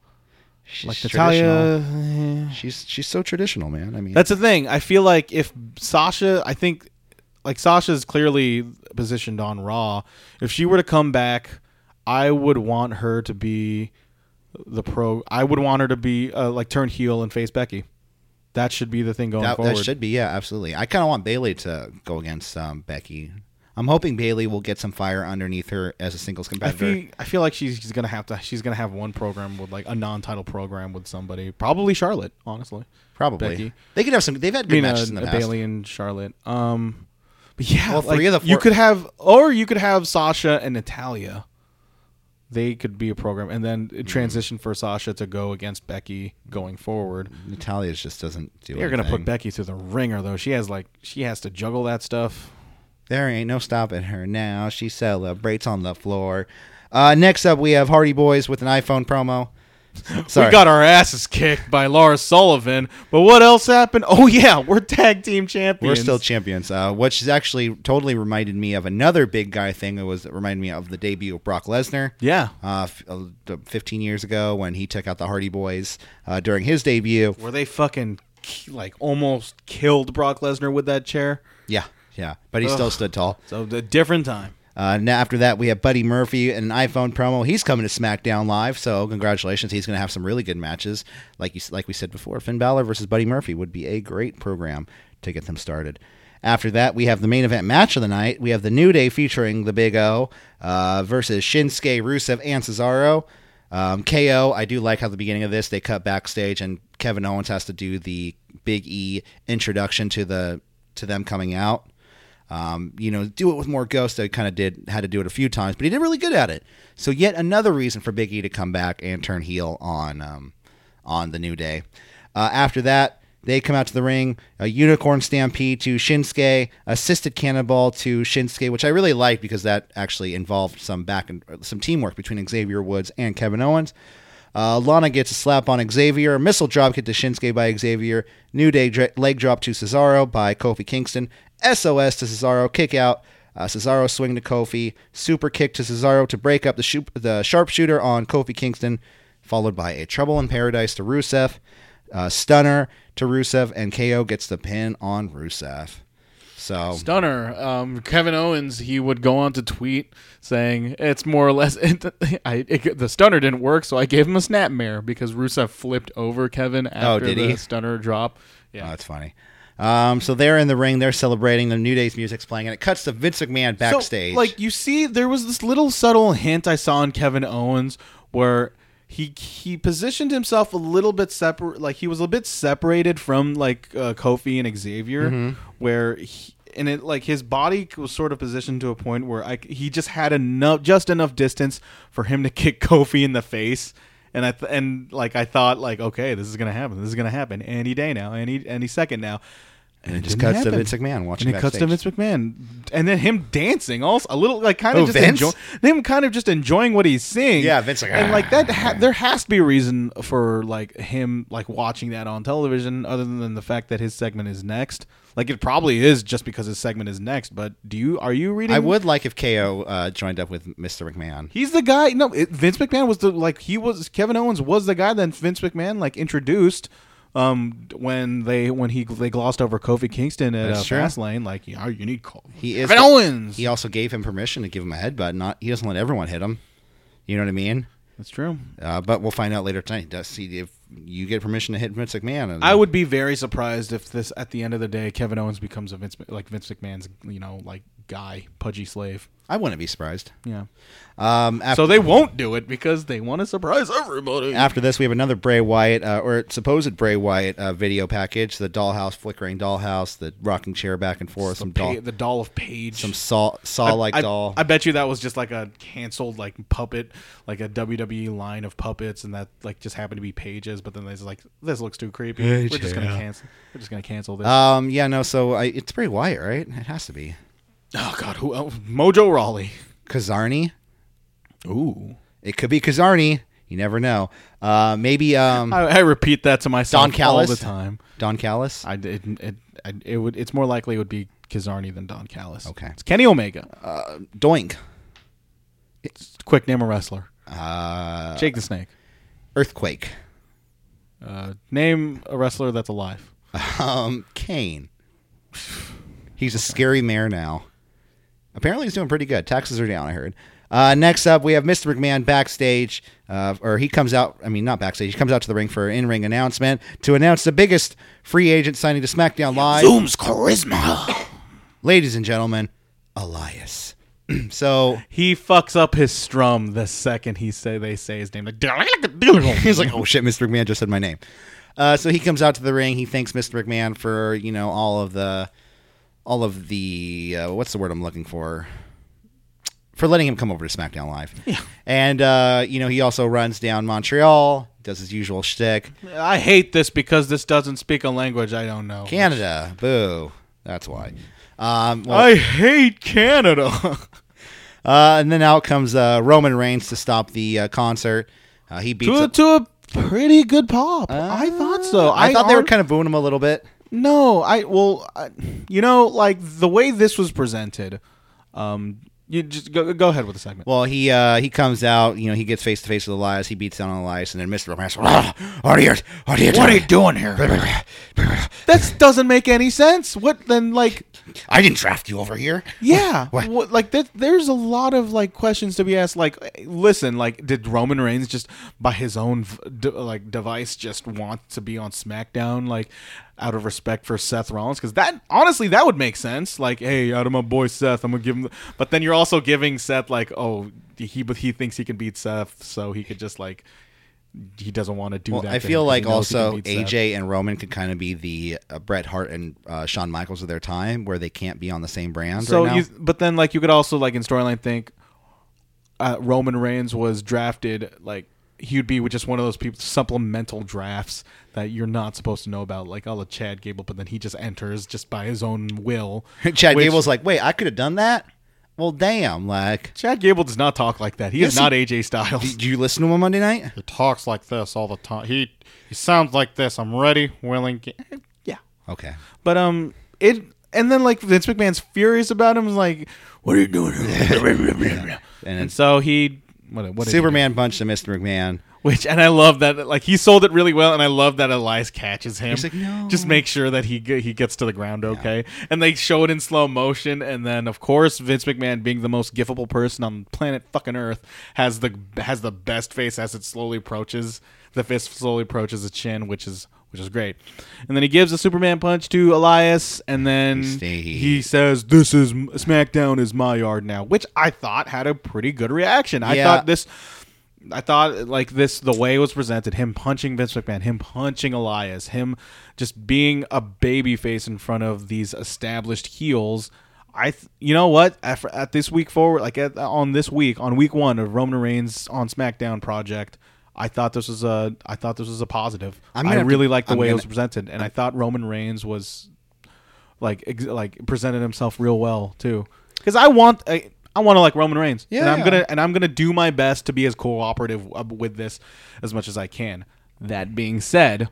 She's
Like
traditional.
Natalia. eh.
She's she's so traditional, man. I mean,
That's the thing. I feel like if Sasha, I think, like Sasha's clearly positioned on Raw. If she were to come back, I would want her to be the pro. I would want her to be uh, like turn heel and face Becky. That should be the thing going
that,
forward.
that should be yeah, absolutely. I kind of want Bailey to go against um, Becky. I'm hoping Bailey will get some fire underneath her as a singles
I
competitor.
feel I feel like she's, she's gonna have to. She's gonna have one program with like a non-title program with somebody. Probably Charlotte, honestly.
Probably
Becky.
they could have some. They've had good
I mean, uh,
matches in the
uh,
past.
Bailey and Charlotte. Um, but yeah,
Well,
like,
three of the
you
four-
could have, or you could have Sasha and Natalia. They could be a program, and then
Mm-hmm.
it transition for Sasha to go against Becky going forward.
Natalia just doesn't do.
They're gonna put
anything.
Becky through the ringer, though. She has like she has to juggle that stuff.
There ain't no stopping her now. She celebrates on the floor. Uh, next up, we have Hardy Boys with an iPhone promo. Sorry,
We got our asses kicked by Laura Sullivan, but what else happened? Oh yeah, we're tag team
We're
champions.
still champions, uh, which is actually totally reminded me of another big guy thing. that was it reminded me of the debut of Brock Lesnar.
yeah.
uh, f- uh, th- 15 years ago when he took out the Hardy Boys uh, during his debut.
Were they fucking ki- like almost killed Brock Lesnar with that chair?
Yeah, yeah, but he still
Ugh.
stood tall.
So a different time.
Uh, now after that, we have Buddy Murphy and an iPhone promo. He's coming to SmackDown Live, so congratulations. He's going to have some really good matches, like you s- like we said before. Finn Balor versus Buddy Murphy would be a great program to get them started. After that, we have the main event match of the night. We have the New Day featuring the Big O uh, versus Shinsuke, Rusev, and Cesaro. Um, KO, I do like how the beginning of this they cut backstage and Kevin Owens has to do the Big E introduction to the to them coming out. Um, you know, do it with more ghosts. I kind of did had to do it a few times, but he did really good at it. So yet another reason for Big E to come back and turn heel on um, on the New Day. Uh, after that, they come out to the ring, a unicorn stampede to Shinsuke, assisted cannonball to Shinsuke, which I really liked because that actually involved some back and some teamwork between Xavier Woods and Kevin Owens. Uh, Lana gets a slap on Xavier, missile drop hit to Shinsuke by Xavier, New Day dra- leg drop to Cesaro by Kofi Kingston, SOS to Cesaro, kick out, uh, Cesaro swing to Kofi, super kick to Cesaro to break up the, shoo- the sharpshooter on Kofi Kingston, followed by a trouble in paradise to Rusev, uh, stunner to Rusev, and KO gets the pin on Rusev. So
Stunner. Um, Kevin Owens, he would go on to tweet saying, it's more or less, it, I, it, the stunner didn't work, so I gave him a snapmare because Rusev flipped over Kevin after
Oh, did
the
he?
stunner drop.
Oh,
Yeah.
that's funny. Um, so they're in the ring, they're celebrating. The New Day's music's playing, and it cuts to Vince McMahon
So,
backstage.
like you see, there was this little subtle hint I saw in Kevin Owens where he he positioned himself a little bit separate, like he was a bit separated from like uh, Kofi and Xavier,
Mm-hmm.
where he, and it like his body was sort of positioned to a point where I c- he just had enough just enough distance for him to kick Kofi in the face. And I th- and like I thought like okay this is gonna happen this is gonna happen any day now any any second now and,
it just
didn't
cuts to
happen.
Vince McMahon watching
and it cuts to
backstage.
Vince McMahon, and then him dancing also a little like kind of
Oh,
just
Vince?
enjoy him kind of just enjoying what he's seeing.
Yeah, Vince like,
and like that. Ha-
"Ah."
there has to be a reason for like him like watching that on television, other than the fact that his segment is next. Like it probably is just because his segment is next. But do you are you reading?
I would like if KO uh, joined up with Mr. McMahon.
He's the guy. No, it, Vince McMahon was the like he was. Kevin Owens was the guy that Vince McMahon like introduced. Um, when they when he they glossed over Kofi Kingston at uh,
That's true.
Fastlane, like yeah, you need Kofi.
He is
Kevin
the-
Owens.
He also gave him permission to give him a headbutt. Not he doesn't let everyone hit him. You know what I mean?
That's true.
Uh, but we'll find out later tonight. Does see if you get permission to hit Vince McMahon? uh, And
I would be very surprised if this, at the end of the day, Kevin Owens becomes a Vince, like Vince McMahon's, you know, like guy, pudgy slave.
I wouldn't be surprised.
Yeah.
Um, after,
So they won't do it because they want to surprise everybody.
after this, we have another Bray Wyatt uh, or supposed Bray Wyatt uh, video package: the dollhouse, flickering dollhouse, the rocking chair back and forth, some doll,
Pa- the doll of Page.
some saw saw like
I,
doll.
I bet you that was just like a canceled like puppet, like a WWE line of puppets, and that like just happened to be pages. But then they was like, this looks too creepy. We're just gonna cancel. We're just gonna cancel this.
um, yeah, no. So I, it's Bray Wyatt, right? It has to be
oh God, who? Oh, Mojo Rawley.
Kazarni.
Ooh.
It could be Kazarni. You never know. Uh, maybe um,
I, I repeat that to myself
Don Callis?
all the time.
Don Callis.
I it, it, I, it would. It's more likely it would be Kizarni than Don Callis.
Okay.
it's Kenny Omega.
Doink.
quick name a wrestler.
Uh,
Jake the Snake.
earthquake.
Uh, name a wrestler that's alive.
Um, Kane. He's a scary mayor now. Apparently, he's doing pretty good. Taxes are down, I heard. Uh, next up, we have Mr. McMahon backstage, uh, or he comes out. I mean, not backstage. He comes out to the ring for an in-ring announcement to announce the biggest free agent signing to SmackDown Live.
Zoom's charisma.
Ladies and gentlemen, Elias. so
He fucks up his strum the second he say they say his name. Like
He's like, oh shit, Mr. McMahon just said my name. Uh, so he comes out to the ring. He thanks Mr. McMahon for you know all of the, all of the uh, what's the word I'm looking for, for letting him come over to SmackDown Live. Yeah. And uh, you know he also runs down Montreal, does his usual shtick.
I hate this because this doesn't speak a language I don't know.
Canada, boo. That's why. Um, well,
I hate Canada.
uh, and then out comes uh, Roman Reigns to stop the uh, concert. Uh, he beats.
to, a,
up-
to a pretty good pop. I thought so.
Ah, I, thought they were
hon-
kind of booing him a little bit.
No, I well, I, you know, like the way this was presented. Um, you just go go ahead with the segment.
Well, he uh, he comes out, you know, he gets face to face with Elias, he beats down on Elias, and then Mr. Roman's what are you, what are you doing?
doing here? That doesn't make any sense. What then? Like,
I didn't draft you over here.
yeah,
What?
what? like that. There's a lot of like questions to be asked. Like, listen, like, did Roman Reigns just by his own v- de- like device just want to be on SmackDown? Like, out of respect for Seth Rollins, because that honestly that would make sense. Like, hey, out of my boy Seth, I'm gonna give him. The-. But then you're also giving Seth like, oh, he but he thinks he can beat Seth, so he could just like. He doesn't want to do
Well,
that.
I
to him
feel
'cause he
like
knows he can
also
beat Seth.
AJ and Roman could kind of be the uh, Bret Hart and uh, Shawn Michaels of their time, where they can't be on the same brand.
So
right now.
you, but then like you could also like in storyline think uh, Roman Reigns was drafted like he would be with just one of those people supplemental drafts that you're not supposed to know about, like all of Chad Gable, but then he just enters just by his own will.
Chad
which-
Gable's like, wait, I could have done that. Well, damn, like,
Chad Gable does not talk like that. He
Yes,
is
he-
not AJ Styles.
did you listen to him on Monday night?
He talks like this all the time. He he sounds like this. I'm ready, willing. ga-
yeah.
Okay,
But um it and then like Vince McMahon's furious about him, like, What are you doing? and,
and it's
so he what, what did he do?
Superman punched to Mr. McMahon.
Which and I love that like he sold it really well, and I love that Elias catches him.
He's like, "No."
Just make sure that he ge- he gets to the ground okay. And they show it in slow motion, and then of course Vince McMahon, being the most giftable person on planet fucking Earth, has the has the best face as it slowly approaches the fist slowly approaches the chin, which is which is great. And then he gives a Superman punch to Elias, and then
He stays.
he says, "This is SmackDown is my yard now," which I thought had a pretty good reaction. I
Yeah.
thought this. I thought like this the way it was presented him punching Vince McMahon, him punching Elias, him just being a baby face in front of these established heels. I th- you know what at, at this week forward like at, on this week on week 1 of Roman Reigns on SmackDown project, I thought this was a I thought this was a positive.
I'm
I
gonna have to-
really liked the
I'm
way
gonna-
it was presented and I thought Roman Reigns was like ex- like presented himself real well too. Because I want I, I want to like Roman Reigns. and
Yeah,
I'm
yeah.
gonna and I'm gonna do my best to be as cooperative uh, with this as much as I can. That being said,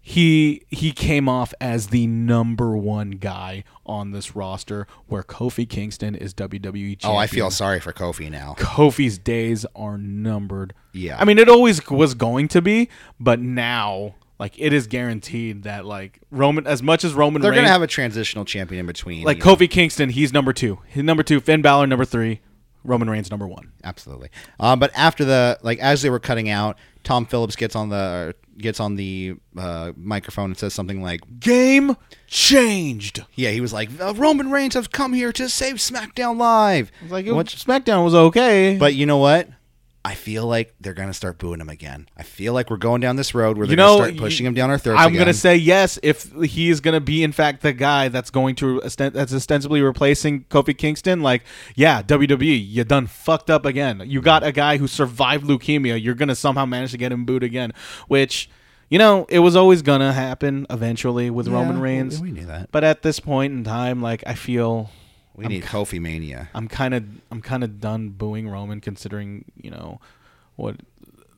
he he came off as the number one guy on this roster, where Kofi Kingston is WWE. Champion.
Oh, I feel sorry for Kofi now.
Kofi's days are numbered.
Yeah.
I mean, it always was going to be, but now, like, it is guaranteed that, like, Roman, as much as Roman
They're
Reigns,
gonna have a transitional champion in between.
like,
you know.
Kofi Kingston, he's number two. He's number two, Finn Balor, number three, Roman Reigns, number one.
absolutely. Um, but after the like, as they were cutting out, Tom Phillips gets on the gets on the uh, microphone and says something like,
Game changed.
"Yeah, he was like "Uh, Roman Reigns have come here to save SmackDown Live."
Like,
What-
SmackDown was okay.
but you know what? I feel like they're gonna start booing him again. I feel like we're going down this road where they're
You know,
gonna start pushing him down our throats.
I'm
again.
gonna say yes if he is gonna be in fact the guy that's going to osten- that's ostensibly replacing Kofi Kingston. Like, yeah, WWE, you done fucked up again. You got a guy who survived leukemia. You're gonna somehow manage to get him booed again, which. You know, it was always gonna happen eventually with Roman Reigns.
we- we knew that.
But at this point in time, like I feel
we need Kofi mania.
I'm kind of I'm kind of done booing Roman, considering you know what.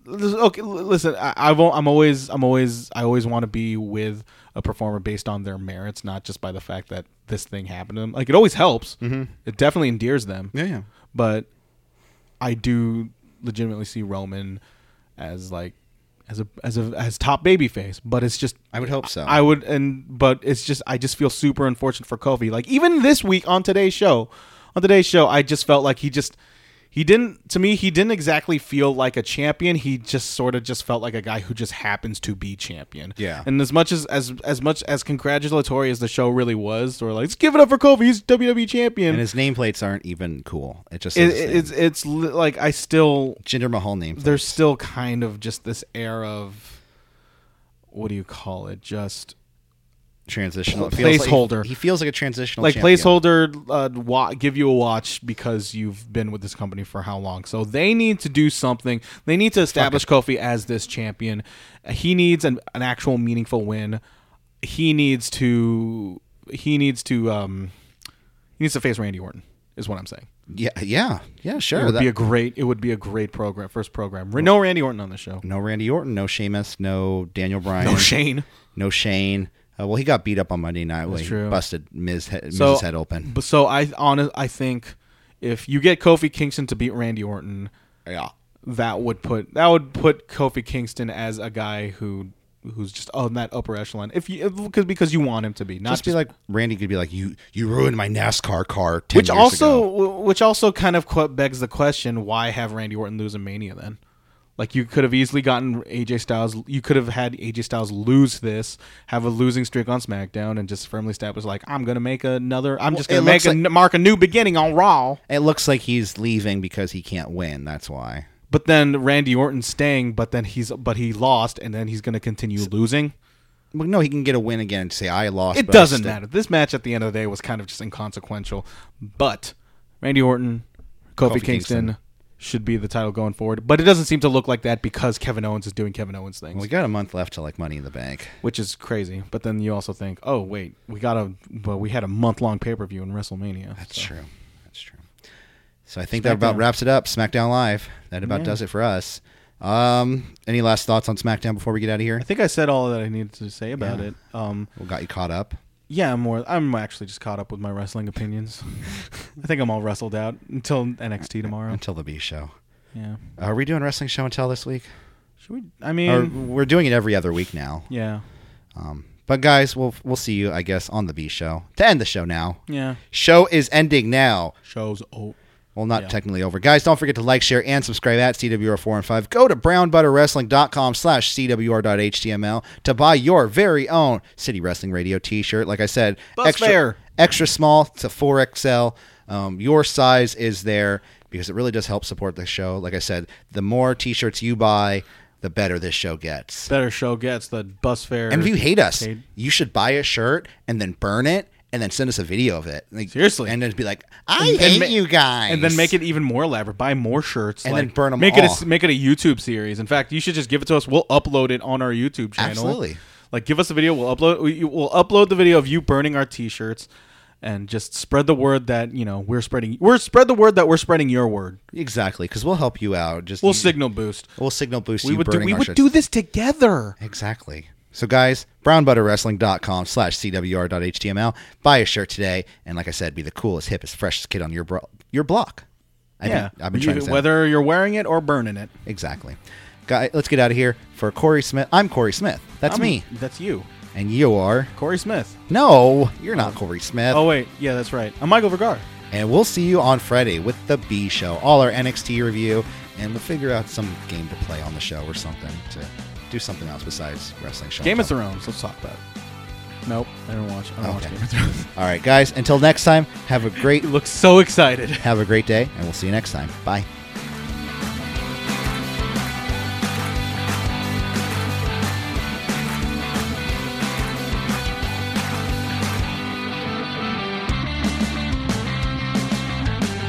Lis- Okay, l- listen, I, I've, al- I'm always I'm always I always want to be with a performer based on their merits, not just by the fact that this thing happened to them. Like it always helps. Mm-hmm. It definitely endears them.
yeah.
But I do legitimately see Roman as like as a as a as top babyface. But it's just
I would hope so.
I would, and but it's just I just feel super unfortunate for Kofi. Like even this week on today's show, on today's show, I just felt like he just he didn't to me he didn't exactly feel like a champion. He just sort of just felt like a guy who just happens to be champion.
Yeah.
And as much as as as much as congratulatory as the show really was, or like let's give it up for Kofi, he's WWE champion.
and his nameplates aren't even cool. It just says
It-
his
it-
name.
it's it's li- like I still
Jinder Mahal name.
there's still kind of just this air of what do you call it? Just
transitional
Pl-
It feels like-
placeholder.
he feels like a transitional,
like
champion.
placeholder uh, wa- give you a watch because you've been with this company for how long so they need to do something they need to establish kofi as this champion he needs an, an actual meaningful win he needs to he needs to um he needs to face randy orton is what i'm saying
Yeah, yeah, yeah.
it
Sure.
would
That-
be a great it would be a great program first program no randy orton on the show
no Randy Orton, no Sheamus, no Daniel Bryan,
no shane
no Shane. Uh, well, he got beat up on Monday night. That's
true.
Busted Miz he- Miz's
So-
head open.
but so i honest i think if you get kofi kingston to beat randy orton
Yeah.
that would put that would put Kofi Kingston as a guy who who's just on that upper echelon. If you because because you want him to be not
Just
just
be like Randy could be like you. You ruined my NASCAR car. 10
which
years
also
ago."
which also kind of que- begs the question: Why have Randy Orton lose a Mania then? Like you could have easily gotten AJ Styles. You could have had AJ Styles lose this, have a losing streak on SmackDown, and just firmly establish like I'm gonna make another. I'm just
it
gonna make
looks
a,
like-
n- mark a new beginning on Raw.
it looks like he's leaving because he can't win. That's why.
But then Randy Orton staying, but then he's but he lost, and then he's gonna continue losing.
But no, he can get a win again and say I lost.
It
but I
doesn't
still-"
matter. This match at the end of the day was kind of just inconsequential. But Randy Orton, Kofi,
Kofi
Kingston,
Kingston.
should be the title going forward. But it doesn't seem to look like that because Kevin Owens is doing Kevin Owens things,
We got a month left to like Money in the Bank.
which is crazy. But then you also think, oh wait, we got a well, we had a month long pay per view in WrestleMania.
That's true. That's true. So I think that about wraps it up. SmackDown Live. That about does it for us. Um, any last thoughts on SmackDown before we get out of here?
I think I said all that I needed to say about it. Um,
we got you caught up.
yeah, I'm more. I'm actually just caught up with my wrestling opinions. I think I'm all wrestled out until NXT tomorrow.
until the B show. Uh,
Yeah.
Are we doing wrestling show until this week?
Should we? I mean,
Or we're doing it every other week now.
yeah,
Um, but guys, we'll we'll see you, I guess, on the B show to end the show now.
yeah.
Show is ending now.
Shows. Oh.
Well, not technically over. Guys, don't forget to like, share, and subscribe at CWR4 and 5. Go to brownbutterwrestling.com slash CWR.html to buy your very own City Wrestling Radio t-shirt. Like I said,
Bus
extra,
fare.
extra small to 4XL. Um, your size is there because it really does help support the show. Like I said, the more t-shirts you buy, the better this show gets.
Better show gets the bus fare.
And if you hate us, you should buy a shirt and then burn it and then send us a video of it. Like,
Seriously.
And then be like, I hate
ma-
you guys.
and then make it even more elaborate. Buy more shirts
And
like,
then burn 'em
Make it a,
all.
make it a YouTube series. In fact, you should just give it to us. We'll upload it on our YouTube channel.
Absolutely.
Like, give us a video. We'll upload. We, we'll upload the video of you burning our T-shirts, and just spread the word that you know we're spreading. We're spread the word that we're spreading your word.
Exactly, because we'll help you out. Just
We'll
you-
signal boost.
We'll signal boost.
We
you
would do,
burning
we
our
would
shirts.
do this together.
exactly. So guys, brownbutterwrestling.com slash cwr.html. Buy a shirt today, and like I said, be the coolest, hippest, freshest kid on your bro- your block. I've
yeah,
been, I've been
You-
trying to say that.
whether you're wearing it or burning it.
exactly. Guy, let's get out of here. For Corey Smith, I'm Corey Smith. That's
I'm-
me,
That's you,
and you are.
Corey Smith.
No, you're not Corey Smith.
Oh wait, yeah, that's right. I'm Michael Vergara.
And we'll see you on Friday with the B Show, all our NXT review, and we'll figure out some game to play on the show or something to do something else besides wrestling show.
Game of Thrones. Let's talk about it. Nope, I don't watch. I don't watch
Okay.
Game of Thrones.
All right, guys. Until next time, have a great
Looks so excited.
have a great day, and we'll see you next time. Bye.